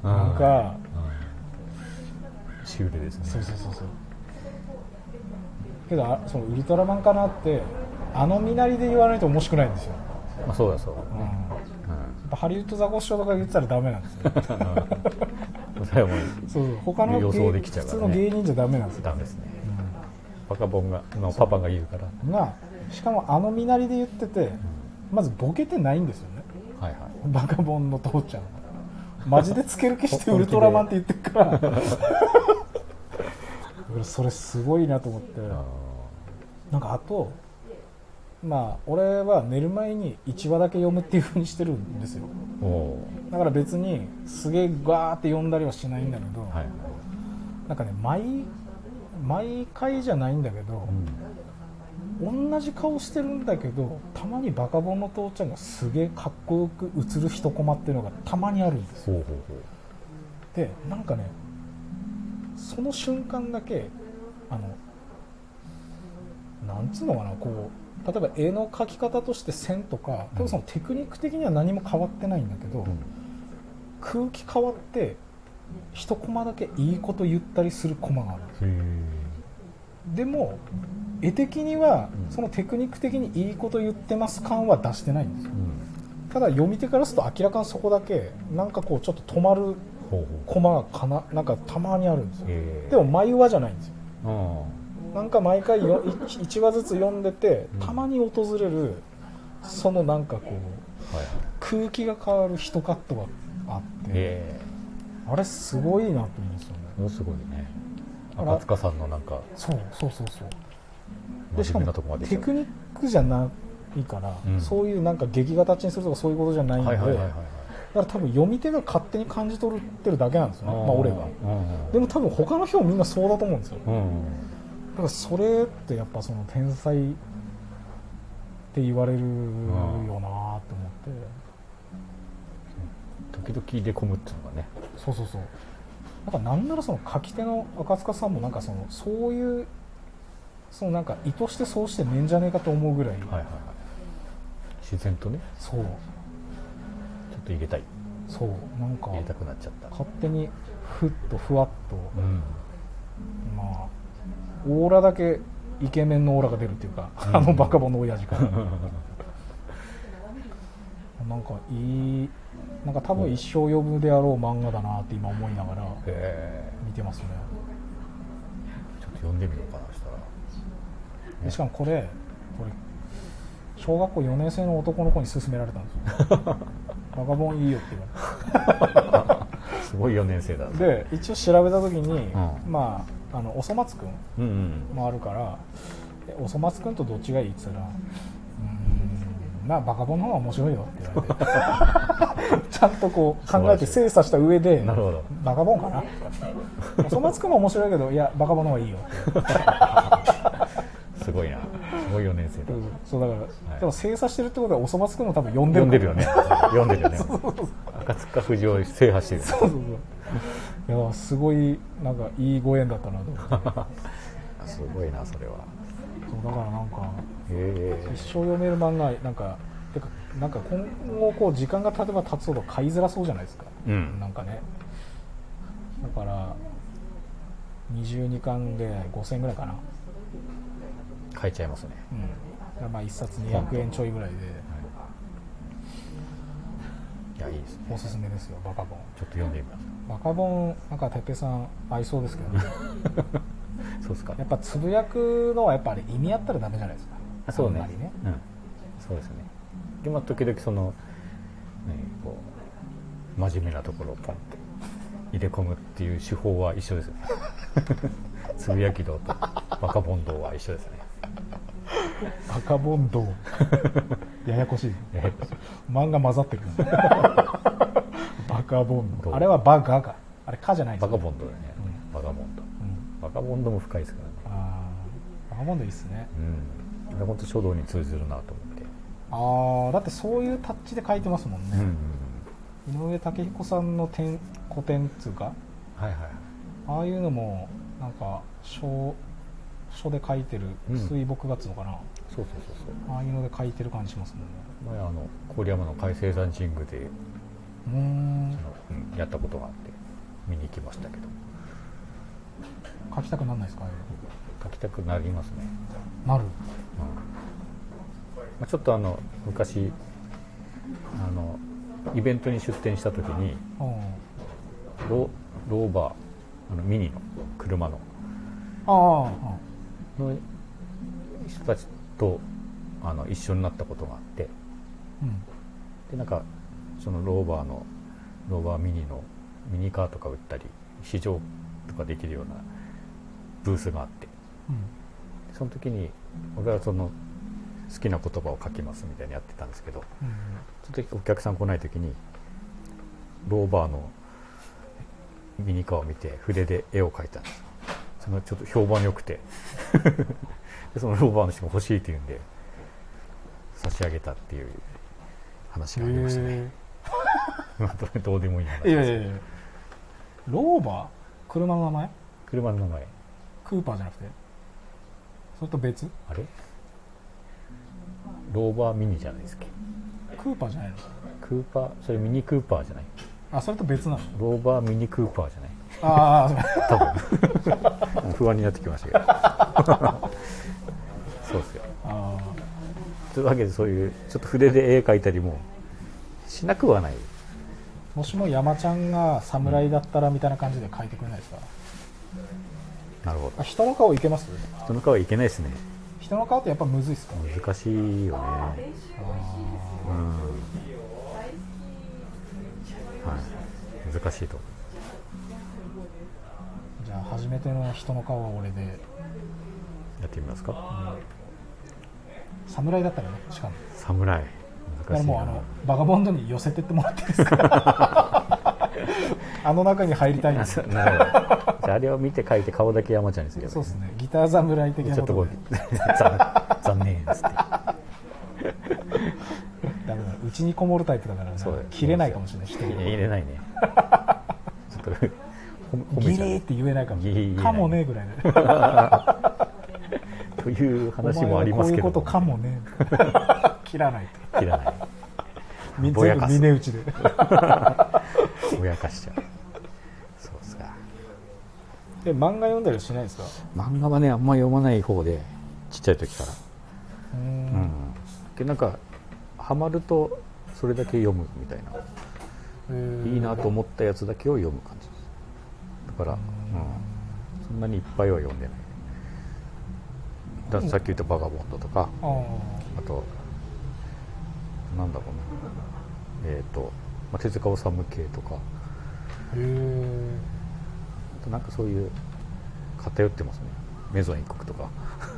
[SPEAKER 2] なんか
[SPEAKER 3] シュールですね
[SPEAKER 2] そうそうそうそうけどあそのウルトラマンかなってあの身なりで言わないと面白くないんですよ、
[SPEAKER 3] まあ、そうだそうだ
[SPEAKER 2] うん、
[SPEAKER 3] ね、
[SPEAKER 2] やっぱハリウッドザコシショウとか言ってたらダメなんですよ
[SPEAKER 3] うん、それはもう
[SPEAKER 2] そうそう他の芸
[SPEAKER 3] 予想できちゃう
[SPEAKER 2] 普
[SPEAKER 3] か
[SPEAKER 2] 通
[SPEAKER 3] らね
[SPEAKER 2] の芸人じゃダメなんですよ
[SPEAKER 3] ダメですね、バカボンがのパパが言うから
[SPEAKER 2] がしかもあの身なりで言っててまずボケてないんですよね
[SPEAKER 3] はいはい
[SPEAKER 2] バカボンの父ちゃんマジでつける気してウルトラマンって言ってるから 俺それすごいなと思ってなんかあとまあ俺は寝る前に1話だけ読むっていう風にしてるんですよ
[SPEAKER 3] おお
[SPEAKER 2] だから別にすげえガーって読んだりはしないんだけど、
[SPEAKER 3] ーはいはい、
[SPEAKER 2] なんかね毎毎回じゃないんだけど、同じ顔してるんだけどたまにバカボンの父ちゃんがすげえかっこよく映る一コマっていうのがたまにあるんです
[SPEAKER 3] ほうほうほう
[SPEAKER 2] でなんかねその瞬間だけあのなんつうのかなこう例えば絵の描き方として線とか多分そのテクニック的には何も変わってないんだけど、空気変わって一コマだけいいこと言ったりするコマがある
[SPEAKER 3] へえ
[SPEAKER 2] でも絵的には
[SPEAKER 3] うん
[SPEAKER 2] そのテクニック的にいいこと言ってます感は出してないんですよ
[SPEAKER 3] うん
[SPEAKER 2] ただ読み手からすると明らかにそこだけなんかこうちょっと止まる
[SPEAKER 3] ほうほう
[SPEAKER 2] コマがかななんかたまにあるんですよ
[SPEAKER 3] へえ
[SPEAKER 2] でも毎話じゃないんですよ
[SPEAKER 3] も
[SPEAKER 2] なんか毎回よ 1, 話ずつ読んでてたまに訪れるそのなんかこう
[SPEAKER 3] うんはいはい
[SPEAKER 2] 空気が変わる一カットがあって
[SPEAKER 3] え
[SPEAKER 2] あれすごいなと思うんですよね
[SPEAKER 3] えもうすごいね
[SPEAKER 2] あら
[SPEAKER 3] 赤塚さんのなんか
[SPEAKER 2] そうそうそうそうでしかも
[SPEAKER 3] 真面目なとこまで
[SPEAKER 2] テ
[SPEAKER 3] 行っち
[SPEAKER 2] ク
[SPEAKER 3] ゃう
[SPEAKER 2] ニックじゃないから、
[SPEAKER 3] うん
[SPEAKER 2] そういうなんか劇画タッチにするとかそういうことじゃないんで、
[SPEAKER 3] はいはいはいはい
[SPEAKER 2] だから多分読み手が勝手に感じ取ってるだけなんですよねまあ、俺が
[SPEAKER 3] うんうん
[SPEAKER 2] でも多分他の人もみんなそうだと思うんですよだ
[SPEAKER 3] うんうん
[SPEAKER 2] からそれってやっぱその天才って言われるよなと思って、
[SPEAKER 3] 時々入れ込むっていうのがね
[SPEAKER 2] そうそうそうなんかなんならその書き手の赤塚さんもなんかそのそういうそのなんか意図してそうしてねえんじゃねえかと思うぐらい、
[SPEAKER 3] はいはいはい自然とね
[SPEAKER 2] そう
[SPEAKER 3] ちょっと入れたい
[SPEAKER 2] そうなんか
[SPEAKER 3] 入れたくなっちゃった
[SPEAKER 2] 勝手にふっとふわっと、
[SPEAKER 3] うん
[SPEAKER 2] まあオーラだけイケメンのオーラが出るっていうか、あのバカボンの親 父からなんかいいなんか多分一生呼ぶであろう漫画だなって今思いながら
[SPEAKER 3] へえ
[SPEAKER 2] 見てますね
[SPEAKER 3] ちょっと読んでみようかなそしたら
[SPEAKER 2] でしかもこれこれ小学校4年生の男の子に勧められた んですよバカボンいいよって言われて
[SPEAKER 3] すごい4年生だね
[SPEAKER 2] で一応調べた時に、
[SPEAKER 3] うん
[SPEAKER 2] まああのおそ松くん
[SPEAKER 3] うんうん
[SPEAKER 2] もあるから「えおそ松くんとどっちがいい?」って言ったら「うーんまあバカボンの方が面白いよ」って言われ てちゃんとこう考えて精査した上で
[SPEAKER 3] なるほど
[SPEAKER 2] バカボンかなおそ松くんも面白いけどいやバカボンの方がいいよって
[SPEAKER 3] すごいなすごい4年生だ
[SPEAKER 2] 言われてそうだから、
[SPEAKER 3] はい
[SPEAKER 2] でも精査してるってことはおそ松くんも多分呼んで
[SPEAKER 3] 読
[SPEAKER 2] る
[SPEAKER 3] ん
[SPEAKER 2] から
[SPEAKER 3] でるよね 読んでるよね赤塚不二夫制覇してる
[SPEAKER 2] そうそうそういやすごいなんかいいご縁だったなと思って
[SPEAKER 3] すごいなそれは
[SPEAKER 2] そうだからなんか
[SPEAKER 3] へ
[SPEAKER 2] 一生読める漫画なんかてかなんか今後こう時間が経てば経つほど買いづらそうじゃないですか、
[SPEAKER 3] うん
[SPEAKER 2] なんかねだから22巻で5000円ぐらいかな、
[SPEAKER 3] え変えちゃいますね
[SPEAKER 2] うんだからまあ1冊200円ちょいぐらいで
[SPEAKER 3] いやいいですね
[SPEAKER 2] おすすめですよバカボン
[SPEAKER 3] ちょっと読んでみます
[SPEAKER 2] バカボンなんか哲平さん合いそうですけど、ね、
[SPEAKER 3] そうですか
[SPEAKER 2] やっぱつぶやくのはやっぱあれ意味あったらダメじゃないですか
[SPEAKER 3] あそうね
[SPEAKER 2] あんまりね
[SPEAKER 3] うん、そうですねでまあ時々その、ね、こう真面目なところをポンと入れ込むっていう手法は一 緒ですねつぶやき道とバカボン道は一緒ですね
[SPEAKER 2] バカボン ドややこしい
[SPEAKER 3] え
[SPEAKER 2] 漫画混ざってる バカボン
[SPEAKER 3] どう
[SPEAKER 2] ドあれはバガがあれカじゃないです
[SPEAKER 3] バ
[SPEAKER 2] ね
[SPEAKER 3] カボンドだね、バカボンド
[SPEAKER 2] うん
[SPEAKER 3] バカボンドも深いですからね
[SPEAKER 2] あーバカボンドいいっすね
[SPEAKER 3] うんこれ本当書道に通ずるなと思って、
[SPEAKER 2] あーだってそういうタッチで書いてますもんね、井上武彦さんの典古典っつうか
[SPEAKER 3] はいはいはい
[SPEAKER 2] ああいうのもなんか小書で書いてる
[SPEAKER 3] うん
[SPEAKER 2] 水墨画っつうのかな、
[SPEAKER 3] そうそうそうそう
[SPEAKER 2] ああいうので書いてる感じしますもんね
[SPEAKER 3] 前あの郡山の海星山神宮で
[SPEAKER 2] うーん
[SPEAKER 3] あの、うん、やったことがあって見に行きましたけど
[SPEAKER 2] 書きたくなんないですかああいう
[SPEAKER 3] 書きたくなりますね、
[SPEAKER 2] のなる
[SPEAKER 3] うんまあ、ちょっとあの昔あのイベントに出店した時にロローバーあのミニの車の
[SPEAKER 2] あああ
[SPEAKER 3] の人たちとあの一緒になったことがあって
[SPEAKER 2] うん
[SPEAKER 3] でなんかそのローバーのローバーミニのミニカーとか売ったり試乗とかできるようなブースがあって
[SPEAKER 2] うん
[SPEAKER 3] その時に俺はその好きな言葉を書きますみたいにやってたんですけどその時お客さん来ない時にローバーのミニカーを見て筆で絵を描いたんですそのちょっと評判良くて でそのローバーの人が欲しいって言うんで差し上げたっていう話がありましたね、
[SPEAKER 2] へ
[SPEAKER 3] まあどうでもいい話
[SPEAKER 2] えい
[SPEAKER 3] で
[SPEAKER 2] や
[SPEAKER 3] す
[SPEAKER 2] いやいやローバー車の名前
[SPEAKER 3] 車の名前
[SPEAKER 2] クーパーじゃなくてそれと別
[SPEAKER 3] あれローバーミニじゃないですか
[SPEAKER 2] クーパーじゃないの
[SPEAKER 3] クーパーそれミニクーパーじゃない
[SPEAKER 2] あそれと別なの
[SPEAKER 3] ローバーミニクーパーじゃない
[SPEAKER 2] ああそう
[SPEAKER 3] 多分不安になってきましたけど そうですよ
[SPEAKER 2] ああ
[SPEAKER 3] というわけでそういうちょっと筆で絵描いたりもしなくはない
[SPEAKER 2] もしも山ちゃんが侍だったらみたいな感じで書いてくれないですか、
[SPEAKER 3] なるほ
[SPEAKER 2] あ人の顔いけます
[SPEAKER 3] ど人の顔はいけないですね
[SPEAKER 2] 人の顔ってやっぱむずいっすか、
[SPEAKER 3] 難しいよねうんはい難しいと思
[SPEAKER 2] じゃあ初めての人の顔は俺で
[SPEAKER 3] うやってみますか
[SPEAKER 2] 侍だったらねしかも
[SPEAKER 3] 侍
[SPEAKER 2] だか
[SPEAKER 3] 難
[SPEAKER 2] ら
[SPEAKER 3] しい
[SPEAKER 2] もうあ
[SPEAKER 3] な
[SPEAKER 2] のバガボンドに寄せてってもらっていいですかあの中に入りたいんです
[SPEAKER 3] あ なるほどじゃああれを見て書いて顔だけ山ちゃんにすればいい
[SPEAKER 2] そうですねギター侍的な
[SPEAKER 3] ちょっ
[SPEAKER 2] ことと
[SPEAKER 3] こう
[SPEAKER 2] で
[SPEAKER 3] 残 残念ですって
[SPEAKER 2] ダメだうちにこもるタイプだからね
[SPEAKER 3] そうだよ
[SPEAKER 2] 切れないかもしれない人
[SPEAKER 3] いや入れないねちょっとほ褒
[SPEAKER 2] ギ
[SPEAKER 3] め
[SPEAKER 2] リ
[SPEAKER 3] ちゃ
[SPEAKER 2] ーって言えないかもしれ
[SPEAKER 3] ギリ
[SPEAKER 2] な
[SPEAKER 3] 言えないい
[SPEAKER 2] かもねぐらいで
[SPEAKER 3] うという話
[SPEAKER 2] お前
[SPEAKER 3] も
[SPEAKER 2] は
[SPEAKER 3] ありますけど
[SPEAKER 2] こういうことかもね切らないと
[SPEAKER 3] 切らない
[SPEAKER 2] み
[SPEAKER 3] ぼや
[SPEAKER 2] 全部
[SPEAKER 3] かす
[SPEAKER 2] 峰打ちで
[SPEAKER 3] ぼやかしちゃうそうっすか
[SPEAKER 2] で漫画読んだりしないですか
[SPEAKER 3] 漫画はねあんま読まない方でちっちゃい時から
[SPEAKER 2] うー
[SPEAKER 3] うんんでなんかハマるとそれだけ読むみたいな
[SPEAKER 2] えー
[SPEAKER 3] いいなと思ったやつだけを読む感じですだから、うん、そんなにいっぱいは読んでないださっき言った「バガボンド」とか
[SPEAKER 2] あ
[SPEAKER 3] あとなんだろうなえっ、と、まあ、手塚治虫系とか
[SPEAKER 2] ーへ え
[SPEAKER 3] あとなんかそういう偏ってますねメゾン一国とか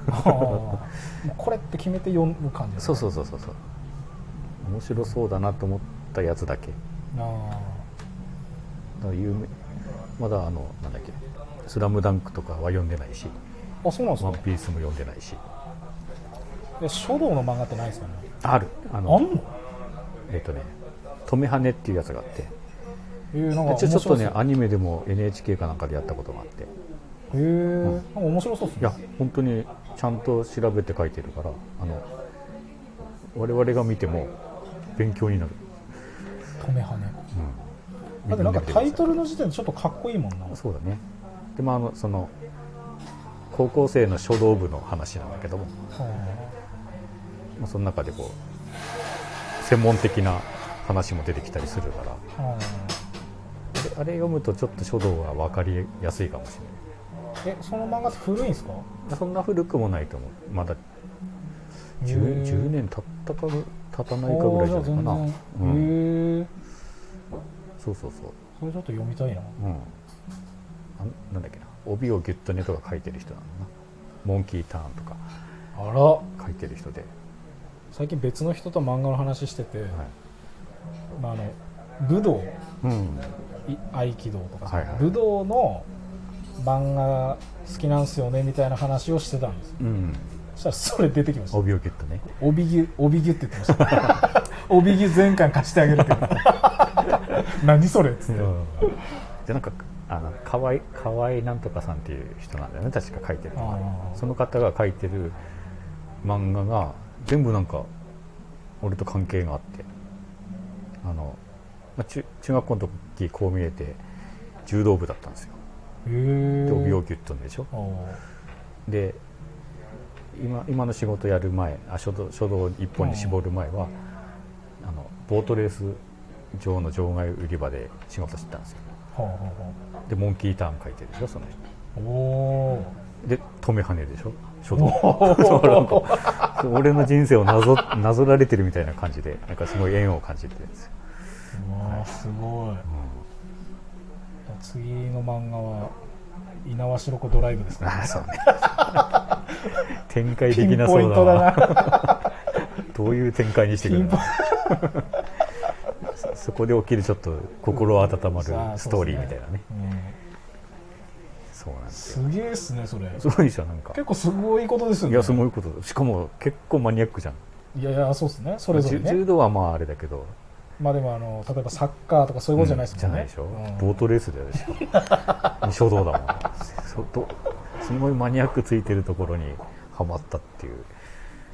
[SPEAKER 2] あーもうこれって決めて読む感じです
[SPEAKER 3] そうそううそうそうそう面白そうだなと思ったやつだけ
[SPEAKER 2] ああ
[SPEAKER 3] だから有名まだあのなんだっけ「スラムダンクとかは読んでないし
[SPEAKER 2] あそうなん
[SPEAKER 3] 「
[SPEAKER 2] です
[SPEAKER 3] ワン
[SPEAKER 2] か
[SPEAKER 3] ピースも読んでないし
[SPEAKER 2] え書道の漫画ってないですかね
[SPEAKER 3] あるあ
[SPEAKER 2] あん
[SPEAKER 3] の
[SPEAKER 2] の
[SPEAKER 3] えっ、とね「止めはね」っていうやつがあってで
[SPEAKER 2] えー、なんか
[SPEAKER 3] ちょ
[SPEAKER 2] 面
[SPEAKER 3] ち
[SPEAKER 2] 白
[SPEAKER 3] ょっと
[SPEAKER 2] そう
[SPEAKER 3] ね
[SPEAKER 2] へ
[SPEAKER 3] アニメでも NHK かなんかでやったことがあってい
[SPEAKER 2] えなんか面白そうっすね
[SPEAKER 3] や本当にちゃんと調べて書いてるからあの我々が見ても勉強になる
[SPEAKER 2] 止めはねだってなんかタイトルの時点でちょっとかっこいいもんな
[SPEAKER 3] そうだねでまああのその高校生の書道部の話なんだけども、まあ、その中でこう専門的な話も出てきたりするから
[SPEAKER 2] あーあ
[SPEAKER 3] あれあれ読むとちょっと書道が分かりやすいかもしれ
[SPEAKER 2] ーえその漫画って古いんですか
[SPEAKER 3] ないそんな古くもないと思うまだ 10, 10年経ったかぐ経たないかぐらいじゃないかな
[SPEAKER 2] あーじゃあ全
[SPEAKER 3] う
[SPEAKER 2] 然
[SPEAKER 3] ん、
[SPEAKER 2] へえ
[SPEAKER 3] そうそうそう、
[SPEAKER 2] それちょっと読みたいな
[SPEAKER 3] うん、あなんだっけな帯をギュッとねとか書いてる人なのかなモンキーターンとか
[SPEAKER 2] あら
[SPEAKER 3] 書いてる人で、
[SPEAKER 2] 最近別の人と漫画の話してて、
[SPEAKER 3] はい
[SPEAKER 2] まあ、あの武道
[SPEAKER 3] うん、
[SPEAKER 2] い合気道とかさ、
[SPEAKER 3] はいはい
[SPEAKER 2] 武道の漫画好きなんすよねみたいな話をしてたんです
[SPEAKER 3] うん、
[SPEAKER 2] そしたらそれ出てきました
[SPEAKER 3] 帯をギュッとね
[SPEAKER 2] 帯牛帯牛って言ってました 帯 牛全巻貸してあげるって言って何それっつって、
[SPEAKER 3] でなんかあの河合河合なんとかさんっていう人なんだよね確か書いてるの
[SPEAKER 2] あ
[SPEAKER 3] が
[SPEAKER 2] ー
[SPEAKER 3] その方が書いてる漫画が全部なんか俺と関係があってあの、まあ、中中学校の時こう見えて柔道部だったんですよ
[SPEAKER 2] へえ
[SPEAKER 3] で帯をギュッとんでしょで今今の仕事やる前あ書道書道一本に絞る前は、あのボートレース場の場外売り場で仕事してたんですよでモンキーターン書いてるでしょその人
[SPEAKER 2] おお
[SPEAKER 3] で止めはねでしょ書道 そうなんかそう俺の人生をなぞなぞられてるみたいな感じでなんかすごい縁を感じてるんですよ
[SPEAKER 2] うわーすごい、次の漫画は「猪苗代湖ドライブ」ですか、
[SPEAKER 3] ああそうね 展開
[SPEAKER 2] ピ
[SPEAKER 3] でき
[SPEAKER 2] ン
[SPEAKER 3] な
[SPEAKER 2] ポイ
[SPEAKER 3] そ
[SPEAKER 2] ン
[SPEAKER 3] う
[SPEAKER 2] ト
[SPEAKER 3] だ
[SPEAKER 2] だ
[SPEAKER 3] な
[SPEAKER 2] な
[SPEAKER 3] どういう展開にしてくるの
[SPEAKER 2] ピン
[SPEAKER 3] そそこで起きるちょっと心温まるストーリーみたいなね
[SPEAKER 2] うん
[SPEAKER 3] そうなんです
[SPEAKER 2] すげえっすねそれ
[SPEAKER 3] すごいでしょなんか
[SPEAKER 2] 結構すごいことですよ
[SPEAKER 3] い
[SPEAKER 2] ね
[SPEAKER 3] やすごいことだしかも結構マニアックじゃん
[SPEAKER 2] いやいやそうですねそれぞれ
[SPEAKER 3] じゅ柔
[SPEAKER 2] ね
[SPEAKER 3] 道はまああれだけど
[SPEAKER 2] まあでもあの例えばサッカーとかそういうことじゃないですもんね、
[SPEAKER 3] うんじゃ
[SPEAKER 2] うん
[SPEAKER 3] ないでしょ、ボートレースだよしかも 書道だもんそどすごいマニアックついてるところにハマったっていう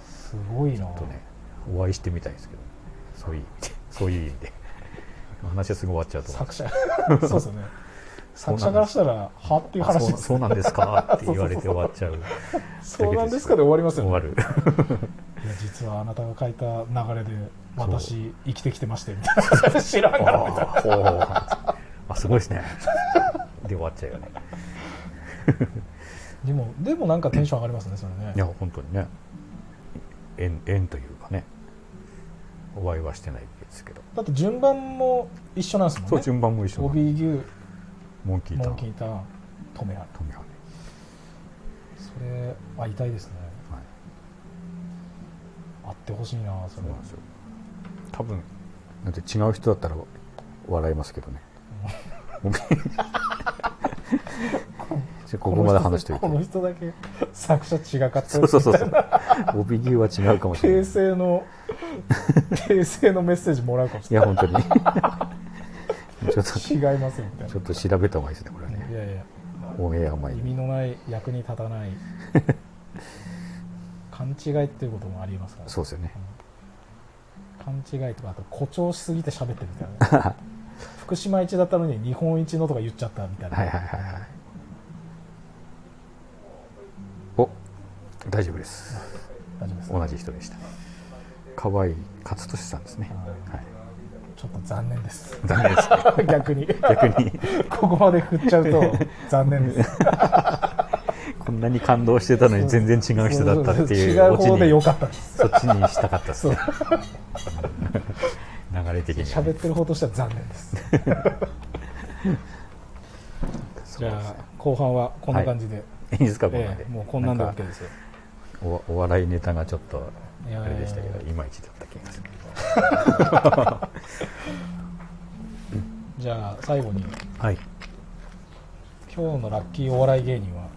[SPEAKER 2] すごいな
[SPEAKER 3] とねお会いしてみたいですけどそういう 意味でそういう意味で話はすぐ終わっちゃうと思う
[SPEAKER 2] 作者 そうですよね作者からしたらはっていう
[SPEAKER 3] あ
[SPEAKER 2] 話
[SPEAKER 3] そう
[SPEAKER 2] です
[SPEAKER 3] そうなんですかって言われて終わっ ちゃう
[SPEAKER 2] そうなんですかで終わりますよね
[SPEAKER 3] 終 わる
[SPEAKER 2] いや実はあなたが書いた流れで私生きてきてましてみたいな 知らん
[SPEAKER 3] あ
[SPEAKER 2] からみたいな
[SPEAKER 3] ーほうあすごいですねで終わっちゃうよね
[SPEAKER 2] でもでもなんかテンション上がりますねそれ
[SPEAKER 3] い
[SPEAKER 2] ね
[SPEAKER 3] や本当にね縁縁というかねお会いはしてないですけど
[SPEAKER 2] だって順番も一緒なんですもんね
[SPEAKER 3] そう順番も一緒なの
[SPEAKER 2] 帯牛
[SPEAKER 3] モンキー
[SPEAKER 2] モ
[SPEAKER 3] ターン
[SPEAKER 2] ンキーターン止めある
[SPEAKER 3] 富原
[SPEAKER 2] それあ痛いですね
[SPEAKER 3] はい
[SPEAKER 2] あってほしいなそ
[SPEAKER 3] そ
[SPEAKER 2] れ
[SPEAKER 3] うなんですよ多分だって違う人だったら笑いますけどねじゃあ ここまで話しておい
[SPEAKER 2] この
[SPEAKER 3] て
[SPEAKER 2] 人だけ作者違かった
[SPEAKER 3] そうそうそうそう帯牛は違うかもしれない
[SPEAKER 2] 訂正 の訂正のメッセージもらうかもし
[SPEAKER 3] い
[SPEAKER 2] れ
[SPEAKER 3] や
[SPEAKER 2] ない
[SPEAKER 3] 本当にちょっとち
[SPEAKER 2] 違いますよみたい
[SPEAKER 3] ょっと調べた方がいいですねこれは
[SPEAKER 2] な
[SPEAKER 3] ね
[SPEAKER 2] いやいや
[SPEAKER 3] オンエア前
[SPEAKER 2] 意
[SPEAKER 3] に
[SPEAKER 2] 味のない役に立た ない勘違いっていうこともありえますから
[SPEAKER 3] そうですよね
[SPEAKER 2] 勘違いとかあと誇張しすぎて喋ってるみたいな 福島一だったのに日本一のとか言っちゃったみたいな、
[SPEAKER 3] はいはいはいはいお大丈夫です
[SPEAKER 2] 大丈夫です
[SPEAKER 3] 同じ人でした河合克俊さんですねはい
[SPEAKER 2] ちょっと残念です
[SPEAKER 3] ダメですね
[SPEAKER 2] 逆に
[SPEAKER 3] 逆に
[SPEAKER 2] ここまで振っちゃうと残念です
[SPEAKER 3] こんなに感動してたのに 全然違う人だったっていう
[SPEAKER 2] 違う
[SPEAKER 3] オチ
[SPEAKER 2] 方でよ
[SPEAKER 3] に
[SPEAKER 2] かったです
[SPEAKER 3] そっちにしたかったです
[SPEAKER 2] そう
[SPEAKER 3] ね流れ的にはね
[SPEAKER 2] 喋ってる方としては残念です じゃあ後半はこんな感じで、
[SPEAKER 3] いいですかこんなん
[SPEAKER 2] え
[SPEAKER 3] で
[SPEAKER 2] えもうこんなんで
[SPEAKER 3] なんか
[SPEAKER 2] OK ですよ
[SPEAKER 3] おお笑いネタがちょっと
[SPEAKER 2] いやいや
[SPEAKER 3] あれでしたけどいまいちだった気がする
[SPEAKER 2] じゃあ最後に
[SPEAKER 3] はい
[SPEAKER 2] 今日のラッキーお笑い芸人は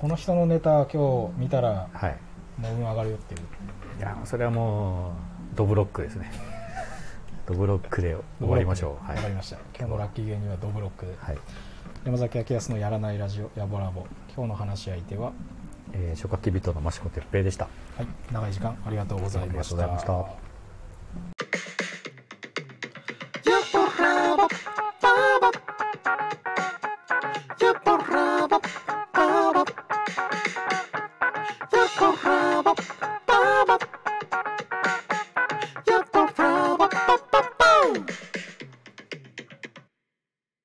[SPEAKER 2] この人のネタ今日見たら
[SPEAKER 3] はい
[SPEAKER 2] もう運上がるよっていう
[SPEAKER 3] いやそれはもうドブロックですねドブロックで終わりましょう
[SPEAKER 2] は、
[SPEAKER 3] はいい
[SPEAKER 2] わかりました今日のラッキー芸人はドブロックで、
[SPEAKER 3] はい
[SPEAKER 2] 山崎明康のやらないラジオやぼラボ今日の話し相手は、
[SPEAKER 3] えー、初夏き人の益子哲平でした
[SPEAKER 2] はい、長い時間ありがとうございました
[SPEAKER 3] ありがとうございました